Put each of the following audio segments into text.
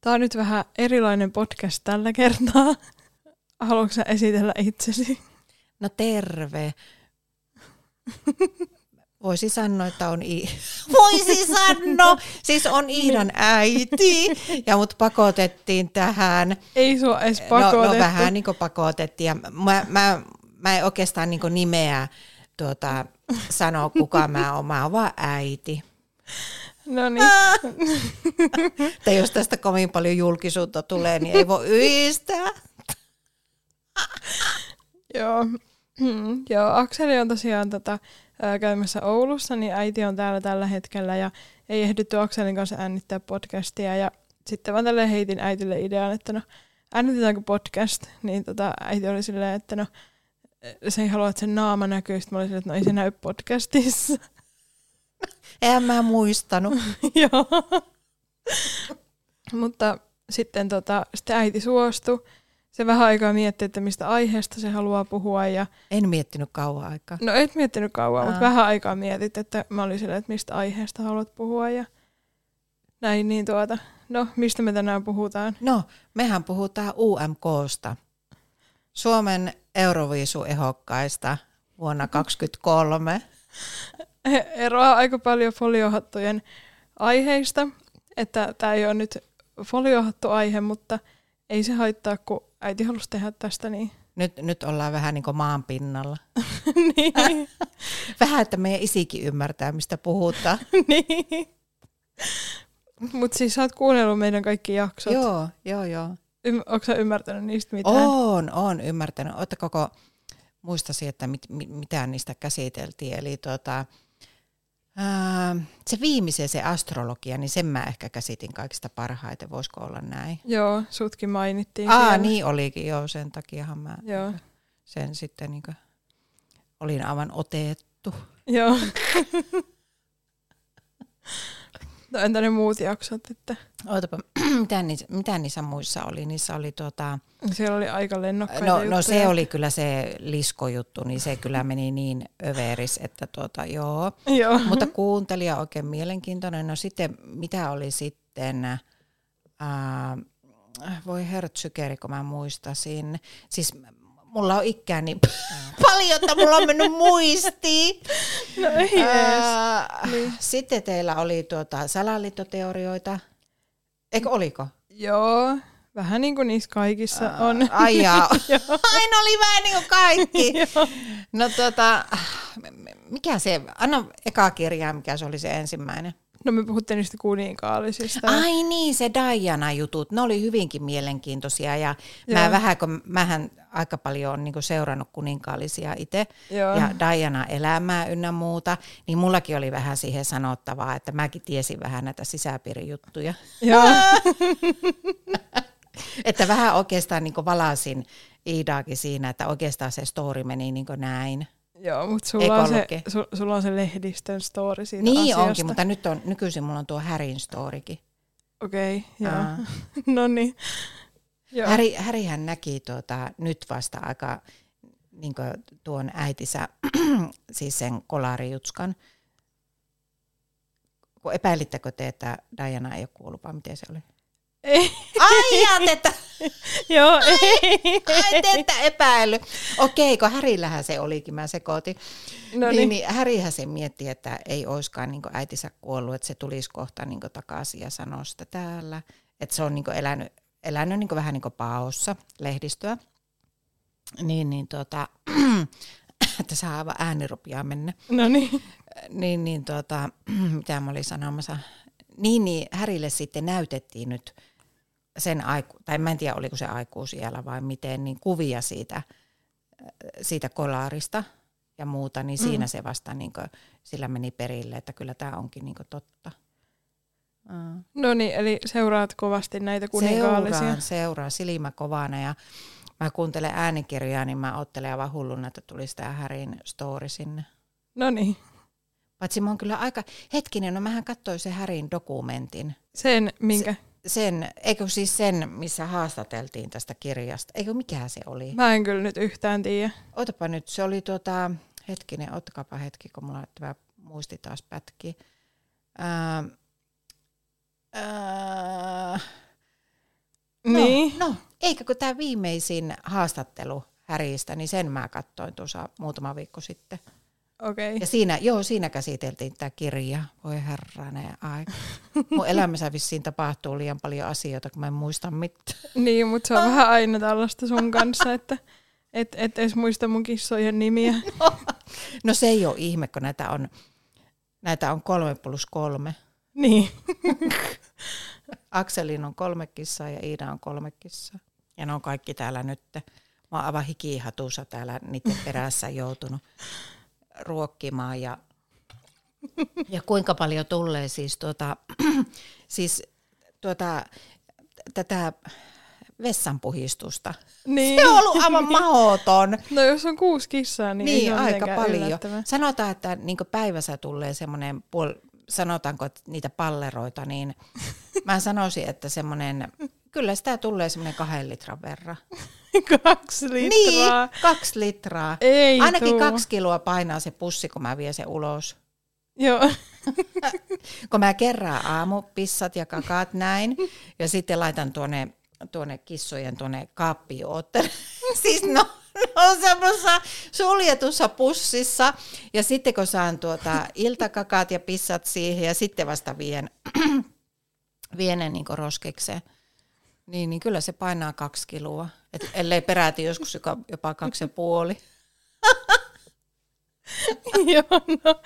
Tämä on nyt vähän erilainen podcast tällä kertaa. Haluatko sä esitellä itsesi? No terve. Voisi sanoa, että on I... Voisi sanoa! Siis on Iidan äiti. Ja mut pakotettiin tähän. Ei sua edes No, pakotettu. no vähän niin kuin pakotettiin. Ja mä, mä, mä en oikeastaan niin nimeä tuota, sano, kuka mä oon. Mä oon vaan äiti. No niin. Tai jos tästä kovin paljon julkisuutta tulee, niin ei voi yhdistää. Joo. Mm, Joo, Akseli on tosiaan tota, ää, käymässä Oulussa, niin äiti on täällä tällä hetkellä ja ei ehditty Akselin kanssa äänittää podcastia. Ja sitten mä tälle heitin äitille idean, että no äänitetäänkö podcast, niin tota, äiti oli silleen, että no se ei halua, että sen naama näkyy. Sitten mä olin silleen, että no ei se näy podcastissa. En mä muistanut. Joo. Mutta sitten tota, sitten äiti suostui. Se vähän aikaa mietti, että mistä aiheesta se haluaa puhua ja En miettinyt kauan aikaa. No et miettinyt kauan, mutta Aa. vähän aikaa mietit, että mä olin silleen, että mistä aiheesta haluat puhua ja näin, niin tuota, no mistä me tänään puhutaan? No, mehän puhutaan UMKsta. Suomen Euroviisuehokkaista vuonna 2023. He eroaa aika paljon foliohattujen aiheista, että tämä ei ole nyt foliohattu aihe, mutta ei se haittaa, kun äiti halusi tehdä tästä niin. Nyt, nyt ollaan vähän niin kuin maan pinnalla. niin. Vähän, että meidän isikin ymmärtää, mistä puhutaan. niin. Mutta siis sä oot kuunnellut meidän kaikki jaksot. Joo. joo, joo, joo. Ym- Onko sä ymmärtänyt niistä mitään? On, on ymmärtänyt. Olette koko, muistasi, että mit, mit, mitä niistä käsiteltiin. Eli tota, ää, se viimeisen, se astrologia, niin sen mä ehkä käsitin kaikista parhaiten. Voisiko olla näin? Joo, sutkin mainittiin. Aa, siellä. niin olikin, joo, sen takiahan mä Joo. sen sitten niin olin aivan otettu. Joo. no entä ne muut jaksot, että Ootapa, mitä, niissä, mitä niissä muissa oli? Niissä oli tuota, siellä oli aika lennokkaita no, no juttuja. se oli kyllä se liskojuttu, niin se kyllä meni niin överis, että tuota, joo. Joo. Mutta kuuntelija oikein mielenkiintoinen. No sitten, mitä oli sitten, ää, voi hertsykeri, kun mä muistasin. Siis mulla on ikää niin paljon, että mulla on mennyt muistiin. No ei ees. Ää, Niin. Sitten teillä oli tuota salaliittoteorioita. Eikö oliko? Joo. Vähän niin kuin niissä kaikissa on. Ai jaa. Joo. Aina oli vähän niin kuin kaikki. Joo. No tuota, mikä se, anna eka kirjaa, mikä se oli se ensimmäinen. No me puhuttiin niistä kuninkaallisista. Ai niin, se Diana-jutut, ne oli hyvinkin mielenkiintoisia ja Joo. mä vähän, kun mähän aika paljon on niinku seurannut kuninkaallisia itse Joo. ja Diana elämää ynnä muuta, niin mullakin oli vähän siihen sanottavaa, että mäkin tiesin vähän näitä sisäpiirijuttuja. Joo. Että vähän oikeastaan niinku valasin Iidaakin siinä, että oikeastaan se story meni niinku näin. Joo, mutta Eikö sulla, on se, ollutkin? su, sulla on se lehdistön story siitä Niin asiasta. onkin, mutta nyt on, nykyisin mulla on tuo Härin storikin. Okei, okay, joo. Aa. no niin. Joo. Häri, Härihän näki tuota, nyt vasta aika niin tuon äitinsä, siis sen kolarijutskan. Kun Epäilittekö te, että Diana ei ole kuollut, vai miten se oli? Ei, Ai, jaa, te, että, joo, ei. ai te, että epäily. Okei, kun Härillähän se olikin, mä sekoitin. No niin, niin. niin, Härihän se mietti, että ei oiskaan niin äitinsä kuollut, että se tulisi kohta niin takaisin ja sanoo sitä täällä. Että se on niin elänyt, elänyt niin vähän niin paossa lehdistöä. Niin, niin tota, että saa aivan ääni rupeaa mennä. No niin. Niin, niin tota, mitä mä olin sanomassa. Niin, niin Härille sitten näytettiin nyt sen aiku, tai mä en tiedä oliko se aikuisiellä vai miten, niin kuvia siitä, siitä kolaarista ja muuta, niin siinä se vasta niin kuin, sillä meni perille, että kyllä tämä onkin niin totta. Mm. No niin, eli seuraat kovasti näitä kuninkaallisia. Seuraan, seuraan, silmä kovana ja mä kuuntelen äänikirjaa, niin mä ottelen aivan hulluna, että tulisi tämä Härin story sinne. No niin. Paitsi mä oon kyllä aika, hetkinen, no mähän katsoin se Härin dokumentin. Sen, minkä? Sen, eikö siis sen, missä haastateltiin tästä kirjasta. Eikö mikä se oli? Mä en kyllä nyt yhtään tiedä. Otapa nyt, se oli tuota, hetkinen, ottakapa hetki, kun mulla tämä muisti taas Ähm, pätki. Ää, ää, äh, No, Niin. no eikä kun tämä viimeisin haastattelu Häristä, niin sen mä katsoin tuossa muutama viikko sitten. Okei. Ja siinä, joo, siinä käsiteltiin tämä kirja. Voi herranen aika. Mun elämässä vissiin tapahtuu liian paljon asioita, kun mä en muista mitään. Niin, mutta se Ah. on vähän aina tällaista sun kanssa, että et, et edes muista mun kissojen nimiä. No se ei ole ihme, kun näitä on, näitä on kolme plus kolme. Niin. Akselin on kolme kissaa ja Iida on kolme kissaa. Ja ne on kaikki täällä nyt. Mä oon aivan hikihatussa täällä niiden perässä joutunut ruokkimaan. Ja, ja kuinka paljon tulee siis, tuota, siis tuota, tätä vessanpuhistusta. niin. Se on ollut aivan mahoton. No jos on kuusi kissaa, niin, Niin, ei se ole aika mitenkään paljon. yllättävää. Sanotaan, että niin päivässä tulee semmoinen, puol- sanotaanko että niitä palleroita, niin mä sanoisin, että semmoinen, kyllä sitä tulee semmoinen kahden litran verran. Kaksi litraa. Niin, kaksi litraa. Ei Ainakin tuu. kaksi kiloa painaa se pussi, kun mä vien sen ulos. Niin. Joo. Kun mä kerään aamupissat ja kakaat näin, ja sitten laitan tuonne, tuonne kissojen tuonne kaappiootteen. siis no, no on semmoisessa suljetussa pussissa, ja sitten kun saan tuota iltakakaat ja pissat siihen, ja sitten vasta vien, vien ne niin roskekseen. Niin, niin kyllä se painaa kaksi kiloa, Et, ellei peräti joskus joka- jopa kaksi ja puoli. Joo, no.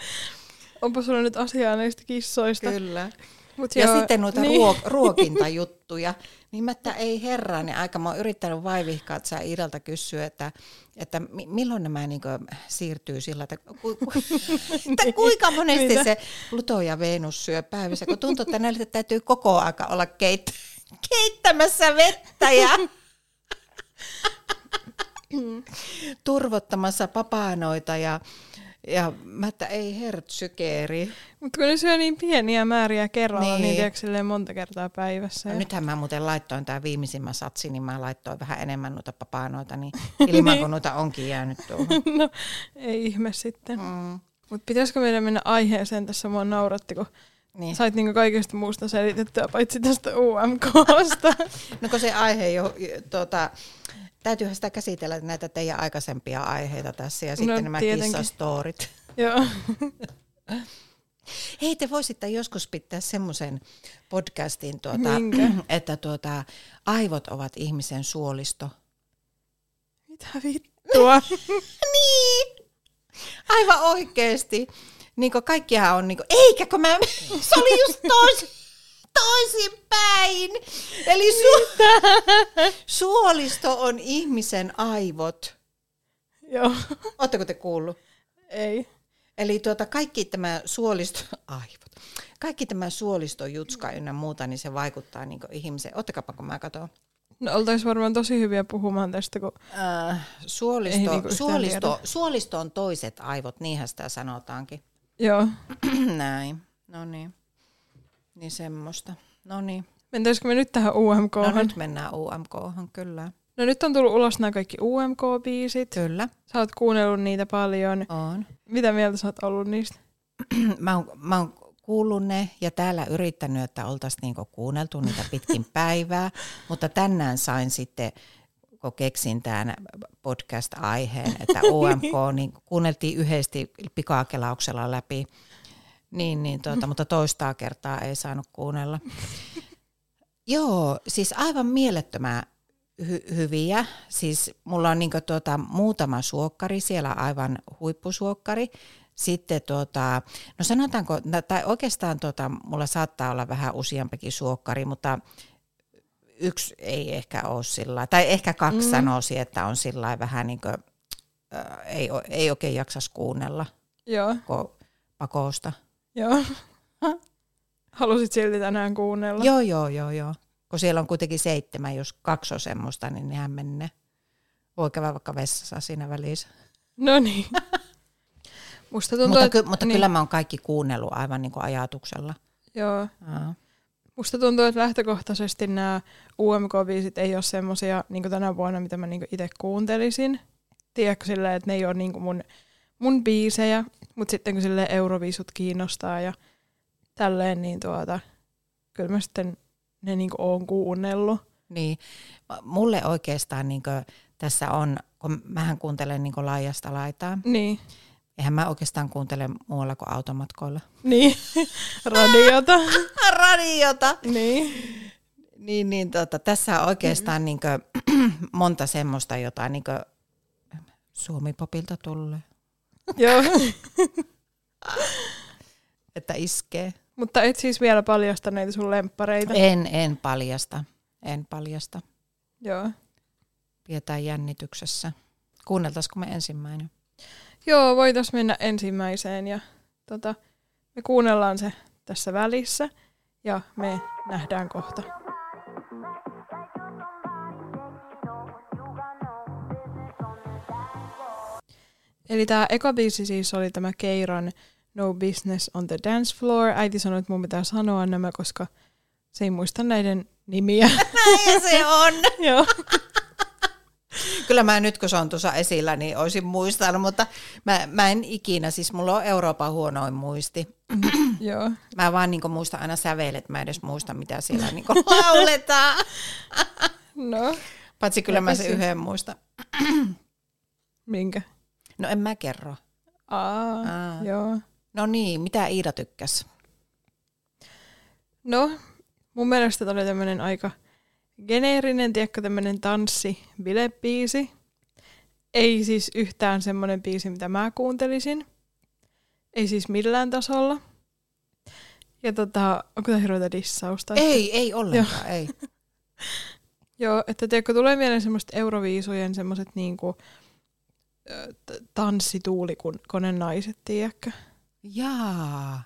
Onpa sulla nyt asiaa näistä kissoista. Kyllä. Mut Ja joo, sitten noita niin. ruok, ruokintajuttuja. Niin mä, että ei herranen aika, mä oon yrittänyt vaivihkaa, että sä Idalta kysyä, että, että mi- milloin nämä niinku siirtyy sillä, että, ku, ku, Niin. että kuinka monesti Mitä? se Pluto ja Venus syö päivässä, kun tuntuu, että näille täytyy koko aika olla keit, keittämässä vettä ja turvottamassa papanoita ja, ja mä, että ei hertsykeri. Mutta kun ne syö niin pieniä määriä kerralla, niin, Niin. niin tiedätkö, silleen monta kertaa päivässä. No ja- nythän mä muuten laittoin tämä viimeisimmän satsi, niin mä laittoin vähän enemmän noita papanoita, niin ilman kun noita onkin jäänyt tuohon. no, ei ihme sitten. Mm. Mutta pitäisikö meidän mennä aiheeseen tässä? Mua nauratti, kun Niin. sait niinku kaikesta muusta selitettyä, paitsi tästä UMKsta. No kun se aihe jo, tuota, täytyyhän sitä käsitellä näitä teidän aikaisempia aiheita tässä ja sitten No, nämä tietenkin. kissastorit. Joo. Hei, te voisitte joskus pitää semmoisen podcastin, tuota, Minkä? että tuota, aivot ovat ihmisen suolisto. Mitä vittua? Niin, aivan oikeesti. Niin kuin kaikkihan on niin kuin, eikä kun mä, se oli just tois, toisinpäin. Eli su, suolisto on ihmisen aivot. Joo. Oletteko te kuullut? Ei. Eli tuota, kaikki tämä suolisto, aivot, kaikki tämä suolisto, jutska ynnä muuta, niin se vaikuttaa niin ihmiseen. Ottakaapa, kun mä katson. No oltaisiin varmaan tosi hyviä puhumaan tästä, kun Äh, Ei suolisto, niinku yhtään suolisto, suolisto on toiset aivot, niinhän sitä sanotaankin. joo. Näin, no niin. Niin semmoista. No niin. Mentäisikö me nyt tähän UMK? No nyt mennään UMK, kyllä. No nyt on tullut ulos nämä kaikki UMK-biisit. Kyllä, Sä oot kuunnellut niitä paljon. on. Mitä mieltä sä oot ollut niistä? Mä oon, mä oon kuullut ne ja täällä yrittänyt, että oltaisiin niinku kuunneltu niitä pitkin päivää, mutta tänään sain sitten, kun keksin tämän podcast-aiheen, että UMK, niin kuunneltiin yhdesti pikakelauksella läpi, niin, niin tuota, mutta toistaa kertaa ei saanut kuunnella. Joo, siis aivan mielettömän hy- hyviä. Siis mulla on niinku tuota, muutama suokkari, siellä aivan huippusuokkari. Sitten tuota, no sanotaanko, no, tai oikeastaan tuota, mulla saattaa olla vähän useampikin suokkari, mutta yksi ei ehkä ole sillä lailla- tai ehkä kaksi mm. Mm. sanoisi, että on sillä lailla vähän niin kuin, äh, ei, o- ei oikein jaksas kuunnella Joo, ko- pakosta. joo. Halusit silti tänään kuunnella. Joo, joo, joo, joo. Kun siellä on kuitenkin seitsemän, jos kaksi on semmoista, niin nehän menee. Voi käydä vaikka vessassa siinä välissä. No niin. Musta tuntuu, Mutta, että, ky- mutta niin. niin. kyllä mä oon kaikki kuunnellut aivan niin kuin ajatuksella. joo. Aa. Musta tuntuu, että lähtökohtaisesti nämä UMK-biisit ei ole semmosia niin tänä vuonna, mitä mä niin itse kuuntelisin. Tiedätkö silleen, että ne ei ole niin mun, mun biisejä, mutta sitten kun sille euroviisut kiinnostaa ja niinku tälleen, niin tuota, kyllä mä sitten ne niin oon kuunnellut. Niin. M- Mulle oikeastaan niin tässä on, kun mähän kuuntelen niin laajasta laitaa. Niin. Eihän mä oikeastaan kuuntele muualla kuin automatkoilla. Niin. Radiota. Radiota! niin. Niin, niin tota, tässä on oikeastaan niin monta semmoista, jota niin Suomi-popilta tulee, Joo. että iskee. Mutta et siis vielä paljasta näitä sun lemppareita. En, en paljasta, en paljasta. Joo. Pidetään jännityksessä. Kuunneltaisiko me ensimmäinen? Joo, voitais mennä ensimmäiseen ja tota, me kuunnellaan se tässä välissä ja me nähdään kohta. Eli tämä eka biisi siis oli tämä Keiran No Business on the Dance Floor. Äiti sanoi, että mun pitää sanoa nämä, koska se ei muista näiden nimiä. Ja se on. Joo. Kyllä mä nyt, kun se on tuossa esillä, niin olisin muistanut, mutta mä, mä en ikinä, siis mulla on Euroopan huonoin muisti. Joo. Mä vaan niin muistan aina sävelet, mä en edes muista, mitä siellä niin lauletaan. No, Paitsi kyllä mä sen Epäsi. yhden muistan. minkä? No en mä kerro. Aa, Aa. joo. No niin, mitä Iida tykkäs? No, mun mielestä tämä oli tämmöinen aika geneerinen, tiedätkö, tämmöinen tanssi bilebiisi. Ei siis yhtään semmoinen biisi, mitä mä kuuntelisin. Ei siis millään tasolla. Ja tota, onko tämä hirveätä dissausta? Ei, ei ollenkaan, ei. Joo, että tiedätkö, tulee mieleen semmoiset euroviisujen semmoiset niinku, ö, t- tanssituulikoneen naiset, tiedätkö? Jaa.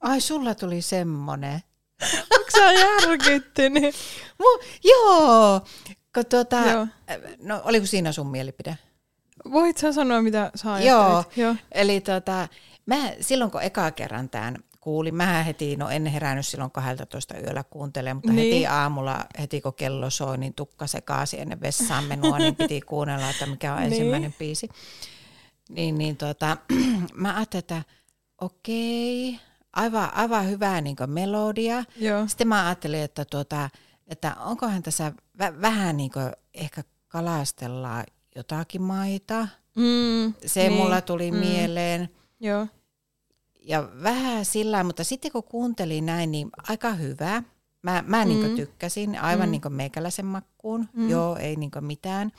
Ai, sulla tuli semmonen. Onko sä järkyttynyt? Mu- joo. Kun tuota, Joo. No, oliko siinä sun mielipide? Voit sä sanoa, mitä sä Joo. ajattelit? Joo. Eli tota, mä silloin kun eka kerran tämän kuulin, mä heti, no en herännyt silloin 12 yöllä kuuntelemaan, mutta niin. heti Niin. aamulla, heti kun kello soi, niin tukka sekaasi ennen vessaan menua, niin piti kuunnella, että mikä on Niin. ensimmäinen biisi. Niin, niin tota, mä ajattelin, että okei, aivan, aivan hyvää niin melodia. Joo. Sitten mä ajattelin, että, tuota, että onkohan tässä vä- vähän niin ehkä kalastellaan jotakin maita. Mm, Se niin. mulla tuli mm. mieleen. Joo. Ja vähän sillä, mutta sitten kun kuuntelin näin, niin aika hyvä. Mä, mä mm. niin Mm. tykkäsin, aivan mm. Mm. niin meikäläisen makkuun. Mm. Mm. Joo, ei niin mitään.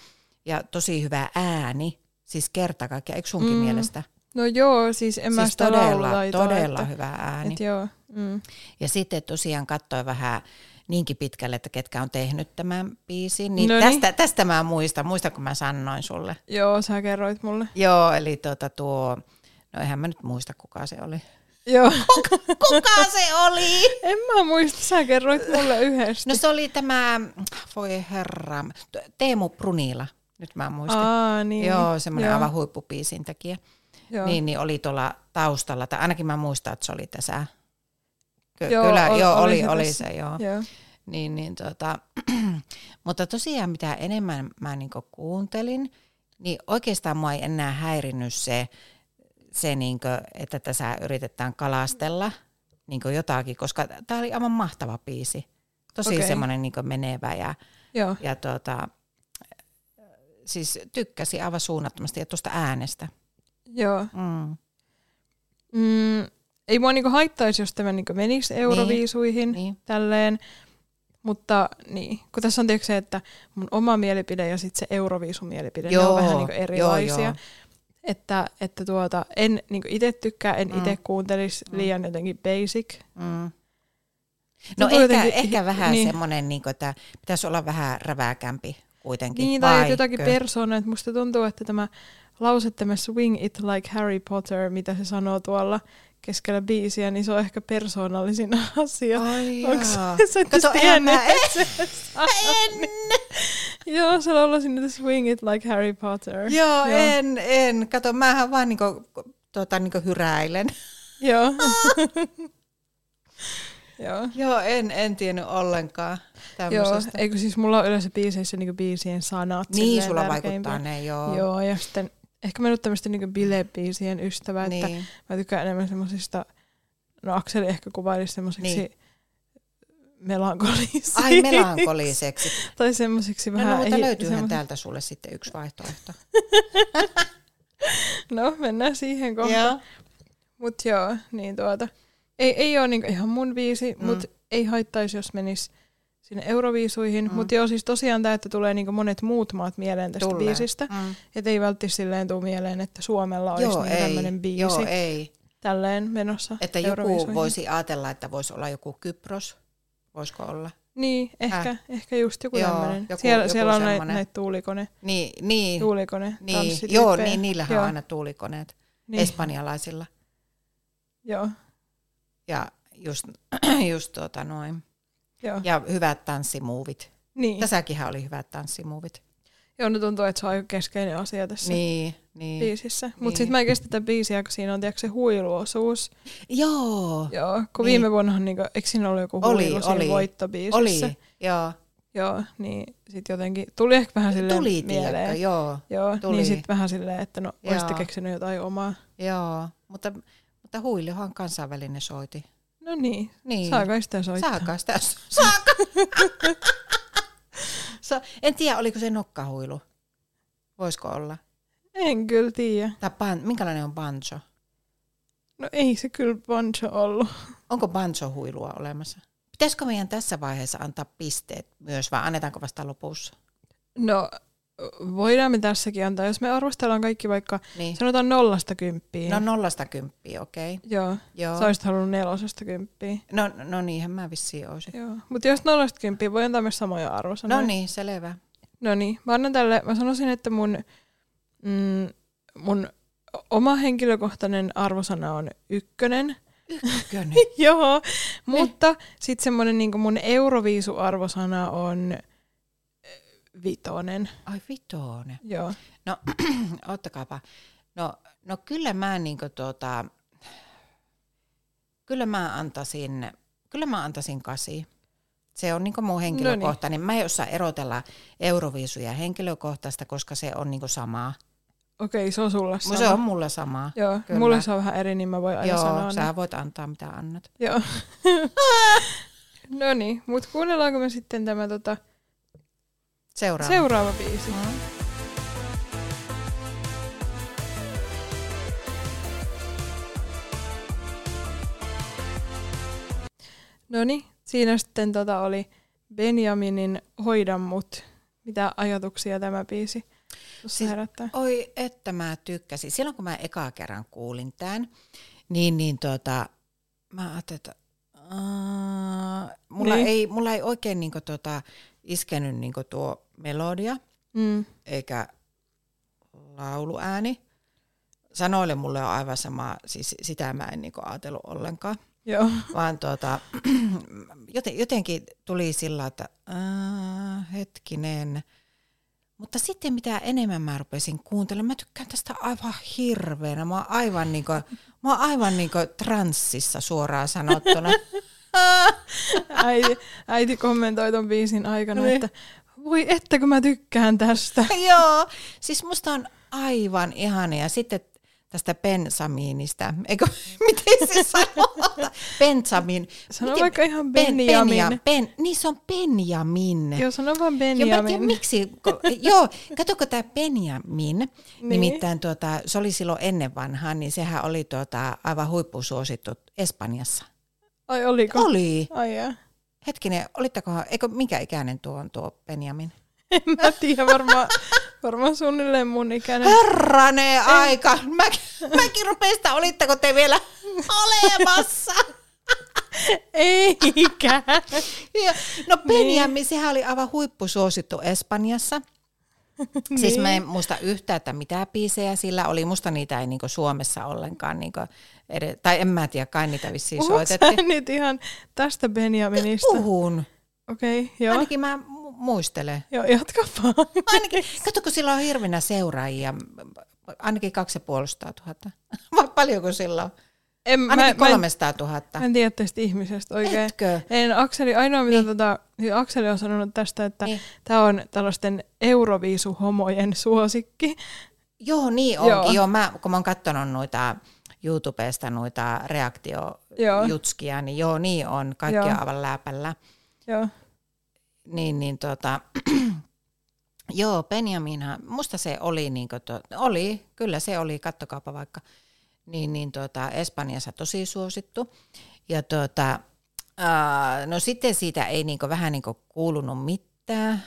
Ja tosi hyvä ääni, siis kerta kaikkiaan. Eikö sunkin mm. Mm. mielestä? No joo, siis en mä siis sitä todella, laululaitoa, todella että, hyvä niin. ääni. Et joo. Mm. Ja sitten tosiaan katsoin vähän niinkin pitkälle, että ketkä on tehnyt tämän biisin. Niin No niin. tästä, tästä mä muistan, muista kun mä sanoin sulle. Joo, sä kerroit mulle. Joo, eli tuota tuo, no eihän mä nyt muista kuka se oli. Joo. Kuka se oli? en mä muista, sä kerroit mulle yhdessä. No se oli tämä, voi herra, Teemu Brunila, nyt mä muistin. Aa, niin. Joo, semmoinen Joo. aivan huippupiisin tekijä. Joo. Niin, niin oli tuolla taustalla, tai ainakin mä muistan, että se oli tässä. Ky- Joo, kyllä, ol- joo, oli oli, se oli tässä. se, joo. Joo. Niin, niin tota, mutta tosiaan mitä enemmän mä niinku kuuntelin, niin oikeastaan mua ei enää häirinnyt se, se niinku, että tässä yritetään kalastella niinku jotakin, koska tämä oli aivan mahtava biisi. Tosi okay. Okei. semmoinen niinku menevä ja, Joo. ja tota, siis tykkäsin aivan suunnattomasti ja tuosta äänestä. Joo. Mm. Mm, ei mua niinku haittaisi, jos tämä niinku menisi euroviisuihin. Niin. tälleen. Mutta niin, kun tässä on tietysti se, että mun oma mielipide ja sitten se Euroviisumielipide, joo, ne Joo, on vähän niin joo, erilaisia. joo. Että, että tuota, en niin itse tykkää, en Mm. itse kuuntelisi liian jotenkin basic. Mm. No tuntuu ehkä, jotenkin- ehkä vähän niin. niin. semmoinen, niin että pitäisi olla vähän räväkämpi kuitenkin. Niin, tai vaikka- jotakin persoonaa, että musta tuntuu, että tämä lause, tämä swing it like Harry Potter, mitä se sanoo tuolla keskellä biisiä, niin se on ehkä persoonallisin asia. Ai Onko jaa. se, Kato, en mä, en, en. Joo, se laulaa sinne että swing it like Harry Potter. Joo, en, en. Kato, mähän vaan niinku, tota, niinku hyräilen. Joo. Joo. Joo, en, en tiennyt ollenkaan Joo, tämmöisestä. eikö siis mulla on yleensä biiseissä niinku biisien sanat. Niin, silleen sulla tärkeimpiä. vaikuttaa ne, joo. Joo, ja sitten ehkä mä en ole tämmöistä niinku bilebiisien ystävä, niin. että niin. mä tykkään enemmän semmoisista, no Akseli ehkä kuvailisi semmoiseksi Niin. niin. melankolisi. Ai melankoliseksi. tai semmoiseksi No, vähän... no mutta ei- löytyyhän semmo- täältä sulle sitten yksi vaihtoehto. No, mennään siihen kohtaan. Mut joo, niin tuota. Ei, ei ole niinku ihan mun biisi, Mm. mm. mut ei haittaisi, jos menis sinne euroviisuihin. Mm. Mm. Mut joo, siis tosiaan tää, että tulee niinku monet muut maat mieleen tästä Tulee. Tulee. biisistä. Mm. Et ei välttis silleen tuu mieleen, että Suomella olisi Joo, niinku ei. tämmönen biisi Joo, ei. tälleen menossa Että joku euroviisuihin. voisi ajatella, että voisi olla joku Kypros. Voisiko olla? Niin, ehkä, äh. ehkä just joku Joo, tämmönen. joku- siellä, joku siellä on näitä semmonen. näit tuulikone, Niin, niin. tuulikone niin. Joo, niin, niillähän on aina tuulikoneet niin. Niin, espanjalaisilla. joo, Ja just, just tuota noin. joo. Ja hyvät tanssimuuvit. Niin. Tässäkinhän oli hyvät tanssimuuvit. joo, no tuntuu, että se on aika keskeinen asia tässä. Niin, niin. biisissä. Mutta Niin. sitten mä en kestä tätä biisiä, kun siinä on tiedätkö, se huiluosuus. Joo, Joo, kun Niin. niin. viime vuonnahan, niinku, eikö siinä ollut joku Oli, huilu oli, siinä oli. oli. voittobiisissä? oli. Joo, Joo, niin sitten jotenkin tuli ehkä vähän silleen tuli tiedätkö, mieleen. joo, Joo, Tuli. niin sitten vähän silleen, että no, Joo. olisitte keksinyt jotain omaa. joo. Mutta, mutta huilihan on kansainvälinen soiti. No niin, Niin. saa kai sitä soittaa. Saakaa sitä. Saaka. Sa- en tiedä, oliko se nokkahuilu. Voisiko olla? En kyllä tiedä. Tai ban- minkälainen on banjo? No ei se kyllä Boncho ollut. Onko banjo-huilua olemassa? Pitäisikö meidän tässä vaiheessa antaa pisteet myös vai annetaanko vasta lopussa? No, voidaan me tässäkin antaa, jos me arvostellaan kaikki vaikka, Niin. sanotaan nollasta kymppiin. No nollasta kymppiä, okei. Okay. Joo, Joo. sä olisit halunnut nelosesta kymppiin. No, no niinhän mä vissiin olisin. Joo, mutta jos nollasta kymppiä, voi antaa myös samoja arvosanoja. No niin, selvä. No niin, mä annan tälle, mä sanoisin, että mun, mm, mun oma henkilökohtainen arvosana on ykkönen. Ykkönen. Joo, mutta sitten semmoinen niin mun euroviisuarvosana on eh, vitonen. Ai vitoone. Joo. Ottakaapa. No, no kyllä mä niinku tota, kyllä mä antaisin, kyllä mä antaisin kasi. Se on niinku mun No henkilökohtainen. niin. Mä en osaa erotella euroviisuja henkilökohtaista, koska se on niinku samaa. Okei, se on sulla Sama. sama. Se on mulla samaa. Joo, Kyllä. Kyllä. mulle se on vähän eri, niin mä voin aina sanoa. Joo, ne. sä voit antaa mitä annat. Joo. no niin, mutta kuunnellaanko me sitten tämä tota, Seuraava. seuraava biisi? Mm. No niin, siinä sitten tota oli Benjaminin Hoida mut. Mitä ajatuksia tämä biisi tuossa Siis- siis, herättää? Oi, että mä tykkäsin. Silloin kun mä ekaa kerran kuulin tämän, niin, niin tota, mä ajattelin, että äh, mulla, niin. Niin. ei, mulla ei oikein niinku tota, iskenyt niinku tuo melodia Mm. eikä lauluääni. Sanoille mulle on aivan sama, siis sitä mä en niinku ajatellut ollenkaan Joo, vaan tuota, joten, jotenkin tuli sillä, että äh, hetkinen. Mutta sitten mitä enemmän mä rupesin kuuntelemaan, mä tykkään tästä aivan hirveänä. Mä oon aivan, niinku, mä oon aivan niinku transsissa suoraan sanottuna. äiti, äiti kommentoi ton biisin aikana, Niin. että voi että kun mä tykkään tästä. Joo, siis musta on aivan ihana. Ja sitten tästä pensamiinista, eikö, miten se sanotaan? Bensamin. Sano Miten- vaikka ihan Ben- Benjamin. Benja- Ben, niin se on Benjamin. Joo, sano vaan Joo, mä en tiedä Benjamin. miksi. ko- Joo, katsokaa tämä Benjamin, niin. Niin. nimittäin tuota, se oli silloin ennen vanhaa, niin sehän oli tuota, aivan huippusuosittu Espanjassa. Ai oliko? Oli. Ai jaa. Hetkinen, olittakohan, eikö, minkä ikäinen tuo on tuo Benjamin? En mä tiedä, varmaan varmaan suunnilleen mun ikäinen. Herranen aika! Mä, mäkin rupesin sitä, olitteko te vielä olemassa? Eikä. Ja- No Benjamin, niin. sehän oli aivan huippusuosittu Espanjassa. Niin. Siis mä en muista yhtään, että mitä biisejä sillä oli. Musta niitä ei niinku Suomessa ollenkaan, niinku edes, tai en mä tiedä, kai niitä vissiin Puhutko sä soitettiin. nyt ihan tästä Benjaminista? Puhun. Okei, okay, joo. Ainakin mä mu- muistelen. Joo, jatka vaan. Ainakin, kato kun sillä on hirveänä seuraajia, ainakin 2500 Vai paljonko sillä on? En, mä, mä, Ainakin en, 300 000. mä en tiedä tästä ihmisestä oikein. Etkö? En, Akseli, ainoa mitä tota, niin Akseli on sanonut tästä, että Niin. niin. tämä on tällaisten euroviisuhomojen suosikki. Joo, niin onkin. Joo. Joo. Joo, mä, kun mä oon katsonut noita YouTubesta noita reaktiojutskia, Joo. niin joo, niin on. Kaikki Joo. on aivan läpällä. Joo. Niin, niin tota, joo, Benjaminhan, musta se oli, niin kuin, to, oli, kyllä se oli, kattokaapa vaikka, niin, niin tota, Espanjassa tosi suosittu. Ja tota, ää, no sitten siitä ei niin kuin, vähän niin kuin kuulunut mitään,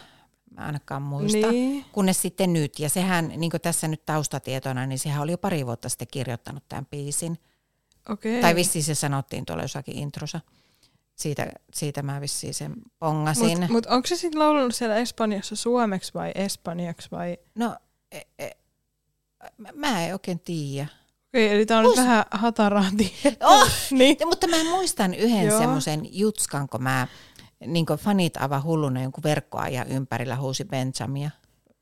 mä ainakaan muista, niin. Niin. kunnes sitten nyt. Ja sehän, niin kuin tässä nyt taustatietona, niin sehän oli jo pari vuotta sitten kirjoittanut tämän biisin. Okei. Tai vissiin se sanottiin tuolla jossakin introssa. Siitä, siitä mä vissiin sen pongasin. Mutta mut onko se sitten laulanut siellä Espanjassa suomeksi vai espanjaksi vai... No, e, e, mä- mä en oikein tiedä. Okei, eli tää on nyt Musta- vähän hataraati. Oh, niin. Ja, mutta mä muistan yhden Joo. semmoisen jutskan, kun mä niin kun fanit aivan hulluna jonkun verkkoajan ympärillä huusi Benjamia.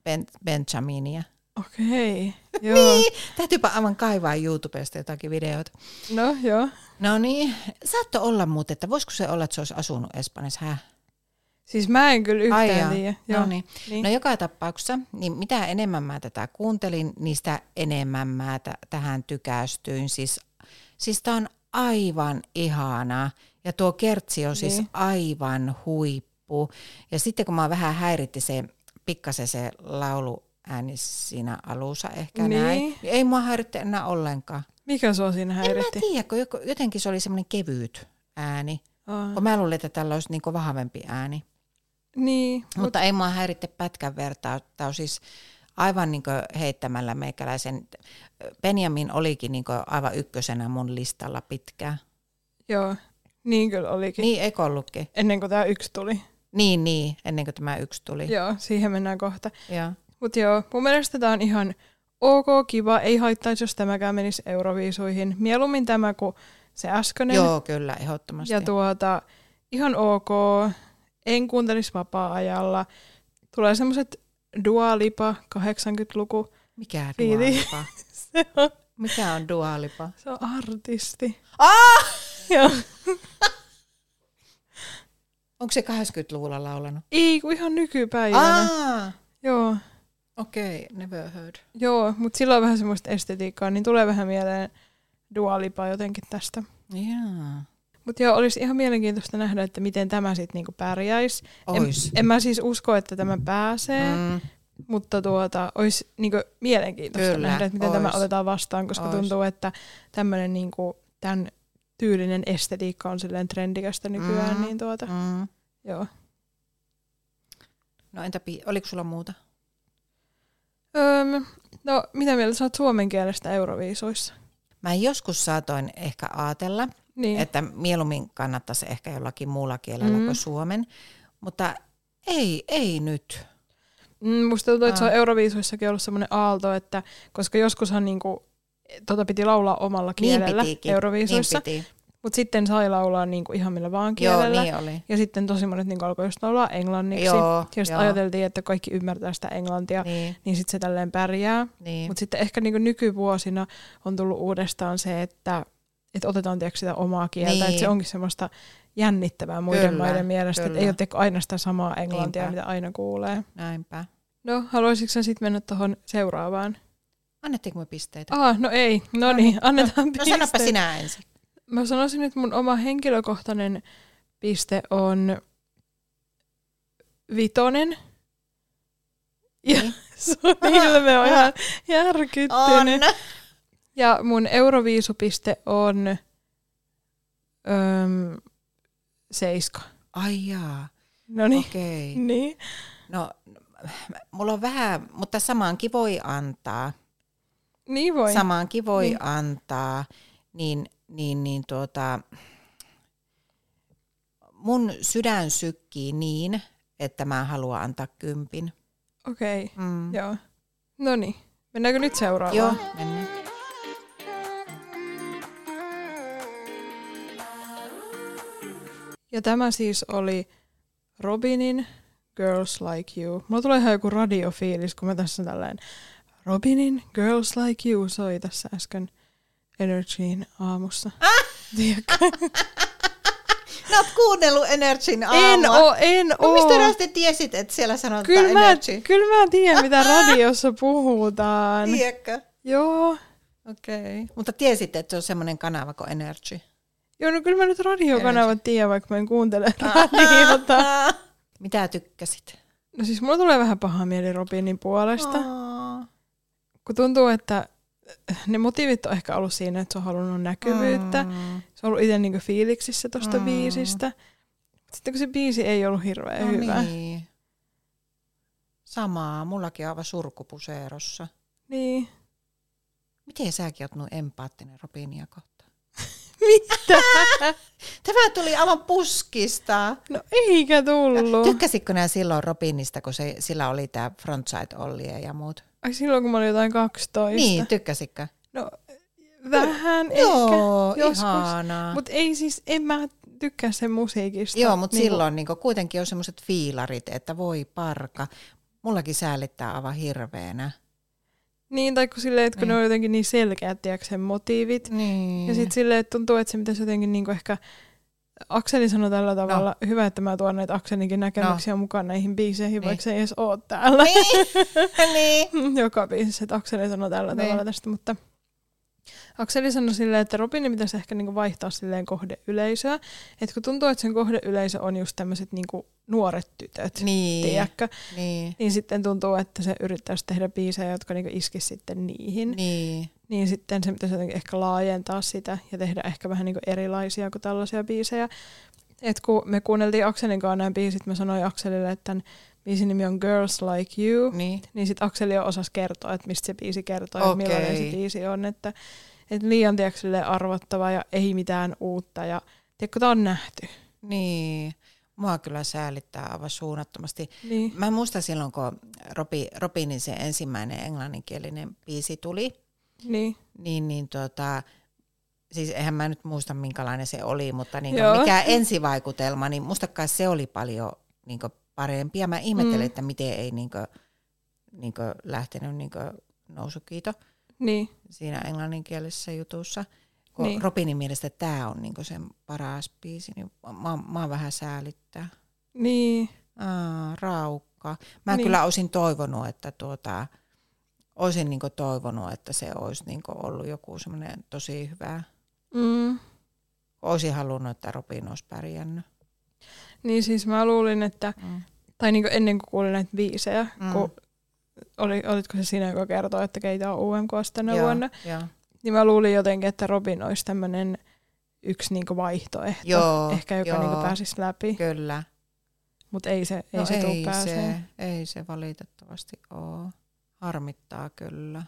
Ben, Benjaminia. Okei, joo. Täytyypä aivan kaivaa YouTubesta jotakin videoita. No, joo. No niin, saattoi olla muuten, että voisiko se olla, että se olisi asunut Espanjassa, häh? Siis mä en kyllä Ai yhtään jaa. tiedä. No niin. Niin. No joka tapauksessa, niin mitä enemmän mä tätä kuuntelin, niin sitä enemmän mä t- tähän tykästyin. Siis, siis tää on aivan ihanaa. Ja tuo kertsi on siis Niin. aivan huippu. Ja sitten kun mä vähän häiritti se pikkasen se laulu ääni siinä alussa ehkä Niin. niin. näin. niin Ei mua häiritti enää ollenkaan. Mikä sua siinä häiritti? En mä tiedä, kun joku- jotenkin se oli semmoinen kevyt ääni. Aa, Mm. Kun mä luulin, että tällä olisi niinku vahvempi ääni. Niin, mutta Mutta ei mua häiritte pätkän vertaa. Tämä on siis aivan niin heittämällä meikäläisen. Benjamin olikin niin aivan ykkösenä mun listalla pitkään. joo. Niin kyllä olikin. Niin, eikö ollutkin? Ennen kuin tämä yksi tuli. Niin, niin, ennen kuin tämä yksi tuli. Joo, siihen mennään kohta. Joo. Mutta joo, mun mielestä tämä on ihan ok, kiva. Ei haittaisi, jos tämäkään menisi Euroviisuihin. Mieluummin tämä kuin se äskeinen. Joo, kyllä, ehdottomasti. Ja tuota, ihan ok. En kuuntelisi vapaa-ajalla. Tulee semmoiset dualipa 80-luku. Mikä Fiili. duaalipa? Se on, Mikä on duaalipa? se on artisti. Ah! Joo. Onko se 80-luvulla laulanut? Ei, kun ihan nykypäivänä. Ah! Joo, Okei, okay, never heard. joo mutta sillä on vähän semmoista estetiikkaa, niin tulee vähän mieleen dualipa jotenkin tästä. Jaa. Mutta joo, olisi ihan mielenkiintoista nähdä, että miten tämä sitten niinku pärjäisi. En, Ois. en mä siis usko, että tämä pääsee, mm. Mm. mutta tuota, olisi niinku mielenkiintoista Kyllä, nähdä, että miten tämä ois. otetaan vastaan, koska Ois. tuntuu, että tämmöinen niinku, tämän tyylinen estetiikka on silleen trendikästä nykyään, Mm. niin tuota, Mm. joo. No entä, pi- oliko sulla muuta? Öm, no, mitä mieltä sä oot suomen kielestä Euroviisuissa? Mä joskus saatoin ehkä ajatella, Niin. että mieluummin kannattaisi ehkä jollakin muulla kielellä Mm. kuin suomen, mutta ei, ei nyt. Niin Mm, musta tuntuu, että se on Aa. Euroviisuissakin ollut semmoinen aalto, että koska joskushan niinku, tota piti laulaa omalla kielellä niin pitikin. Euroviisuissa, Niin piti. mutta sitten sai laulaa niinku ihan millä vaan Joo, kielellä. niin oli. Ja sitten tosi monet niinku alkoi just laulaa englanniksi. Joo, ja sitten joo. ajateltiin, että kaikki ymmärtää sitä englantia, niin, Niin, niin sitten se tälleen pärjää. niin. Mutta sitten ehkä niinku nykyvuosina on tullut uudestaan se, että et otetaan tiedätkö, sitä omaa kieltä, niin. Niin. että se onkin semmoista jännittävää muiden Kyllä, maiden mielestä, että kyllä. ei ole tiedätkö, aina sitä samaa englantia, Niinpä. mitä aina kuulee. näinpä. No, haluaisitko sä sitten mennä tuohon seuraavaan? Annettiinko me pisteitä? Ah, no ei. No niin, annetaan no piste. sanoppa sinä ensin. Mä sanoisin, että mun oma henkilökohtainen piste on vitonen. Ja Niin. sun ilme on ihan järkyttynyt. On. Ja mun euroviisupiste on öm, seiska. Ai jaa, No niin. okei. Okay. Niin. No, mulla on vähän, mutta samaankin voi antaa. Niin voi. Samaankin voi Niin. niin. antaa, niin, niin, niin tuota, mun sydän sykkii niin, että mä haluan antaa kympin. Okei, okay. Mm. joo. No niin. Mennäänkö nyt seuraavaan? Joo, mennään. Ja tämä siis oli Robinin Girls Like You. Mulla tulee ihan joku radiofiilis, kun mä tässä tälleen Robinin Girls Like You soi tässä äsken Energiin aamussa. Ah! Tiedätkö? Sä oot kuunnellut Energyn aamua. en oo, en No mistä oo. te tiesit, että siellä sanotaan Kyllä mä, Energy? kyllä mä tiedän, mitä radiossa puhutaan. Niin. Tiedätkö? Joo. Okei. Okay. Mutta tiesit, että se on semmoinen kanava kuin Energy. Joo, no kyllä mä nyt radiokanavat tiedän, vaikka mä en kuuntele radiota. Radiota. Mitä tykkäsit? No siis mulla tulee vähän paha mieli Robinin puolesta, Aa. kun tuntuu, että äh, ne motiivit on ehkä ollut siinä, että se on halunnut näkyvyyttä. Mm. Se on ollut itse niinku fiiliksissä tosta Mm. biisistä. Sitten kun se biisi ei ollut hirveän No hyvä. niin. Samaa. Mullakin on aivan surkupuseerossa. Niin. Miten säkin oot noin empaattinen Robinia kohtaan? Mitä? Tämä tuli aivan puskista. No eikä tullut. Tykkäsitkö nää silloin Robinista, kun se, sillä oli tämä Frontside Ollie ja muut? Ai silloin kun mä olin jotain 12. Niin, tykkäsitkö? No vähän ehkä. Joo, joskus. ihanaa. Mutta ei siis, en mä tykkää sen musiikista. Ah. Joo, mutta Niinku- silloin niinku, kuitenkin on semmoiset fiilarit, että voi parka. Mullakin säälittää aivan hirveänä. Niin, tai kun silleen, että kun ne Niin. on jotenkin niin selkeät, tiedätkö, sen motiivit. Niin. Ja sitten silleen, että tuntuu, että se pitäisi jotenkin niinku ehkä... Akseli sanoi No. tällä tavalla, hyvä, että mä tuon näitä Akselinkin näkemyksiä mukaan näihin biiseihin, Niin. vaikka se ei edes ole täällä. niin. niin. Joka biisissä, että Akseli sanoi tällä Niin. tavalla tästä, mutta... Akseli sanoi silleen, että Robinin pitäisi ehkä niinku vaihtaa silleen kohdeyleisöä. Että kun tuntuu, että sen kohdeyleisö on just tämmöiset niinku nuoret tytöt, Niin. tiedätkö? Niin. Niin sitten tuntuu, että se yrittäisi tehdä biisejä, jotka niinku iskisi sitten niihin. Niin. niin sitten se pitäisi jotenkin ehkä laajentaa sitä ja tehdä ehkä vähän niin kuin erilaisia kuin tällaisia biisejä. Et kun me kuunneltiin Akselin kanssa nämä biisit, mä sanoin Akselille, että tämän biisin nimi on Girls Like You, Niin. niin sitten Akseli jo osasi kertoa, että mistä se biisi kertoo ja Okei. millainen se biisi on. Että, et liian tiedätkö, silleen arvottava ja ei mitään uutta ja tiedätkö, tämä on nähty. Niin. Mua kyllä säälittää aivan suunnattomasti. Niin. Mä muistan silloin, kun Robi, Robinin se ensimmäinen englanninkielinen biisi tuli, niin. niin, niin tota, siis eihän mä nyt muista minkälainen se oli, mutta niin Joo. mikä ensivaikutelma, niin musta kai se oli paljon niin parempi. Ja mä ihmettelen, Mm. mm. että miten ei niin kuin, niin kuin lähtenyt niin kuin nousukiito Niin. siinä englanninkielisessä jutussa. Kun Niin. niin. Robinin mielestä tämä on niin sen paras biisi, niin mä, mä oon vähän säälittää. Niin. Aa, raukka. Mä Niin. niin. kyllä olisin toivonut, että tuota, olisin niinku toivonut, että se olisi niinku ollut joku semmoinen tosi hyvä. Mm. Olisin halunnut, että Robin olisi pärjännyt. Niin siis mä luulin, että Mm. tai niin kuin ennen kuin kuulin näitä biisejä, mm. Mm. kun oli, olitko se sinä, joka kertoo, että keitä on UMK tänä Joo, No vuonna, Joo. niin mä luulin jotenkin, että Robin olisi tämmöinen yksi niin vaihtoehto, Joo, ehkä joka joo. niin pääsisi läpi, Kyllä. mutta ei se, ei no se tule ei, pääsee. se, ei se valitettavasti ole. Harmittaa kyllä.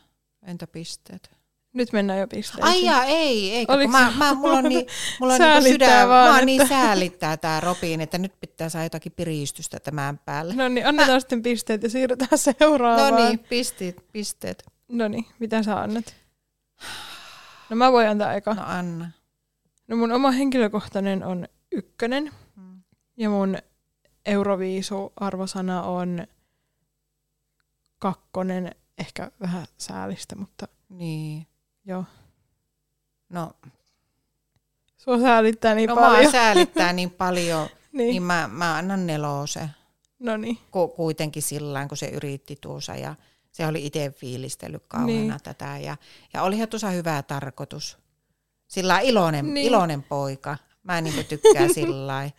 Entä pisteet? Nyt mennään jo pisteisiin. Ai jaa, ei, ei. Oliko Kun mä, mä, mulla on, niin, mulla on niin Säälittää vaan, sydän, mä oon että- niin säälittää tää Robin, että nyt pitää saada jotakin piristystä tämän päälle. No niin, annetaan sitten pisteet ja siirrytään seuraavaan. No niin, pisteet, pisteet. No niin, mitä sä annat? No mä voin antaa eka. No anna. No mun oma henkilökohtainen on ykkönen Mm. ja mun Euroviisu-arvosana on kakkonen, ehkä vähän säälistä, mutta Niin. joo. No, Sua säälittää niin no paljon. mä Sä... säälittää niin paljon, Niin. niin mä, mä annan nelose. No niin, Ku, kuitenkin sillä kun se yritti tuossa ja se oli itse fiilistellyt kauheena Niin. niin. tätä. Ja, ja olihan tuossa hyvä tarkoitus. Sillä on iloinen, Niin. niin. iloinen poika. Mä niin tykkään sillä lailla.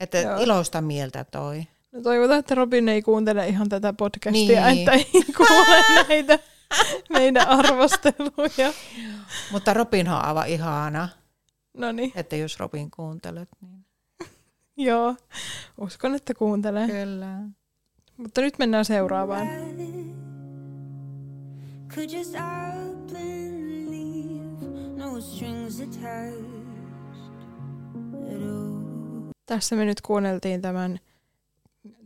Että Joo. ilosta mieltä toi. no toivotaan, että Robin ei kuuntele ihan tätä podcastia, niin. Niin. että ei kuule näitä meidän arvosteluja. Mutta Robinhan on aivan ihana, No niin, että jos Robin kuuntelet. Niin. joo. Uskon, että kuuntelee. Kyllä. Mutta nyt mennään seuraavaan. Could just up and leave, no strings attached at all. Tässä me nyt kuunneltiin tämän.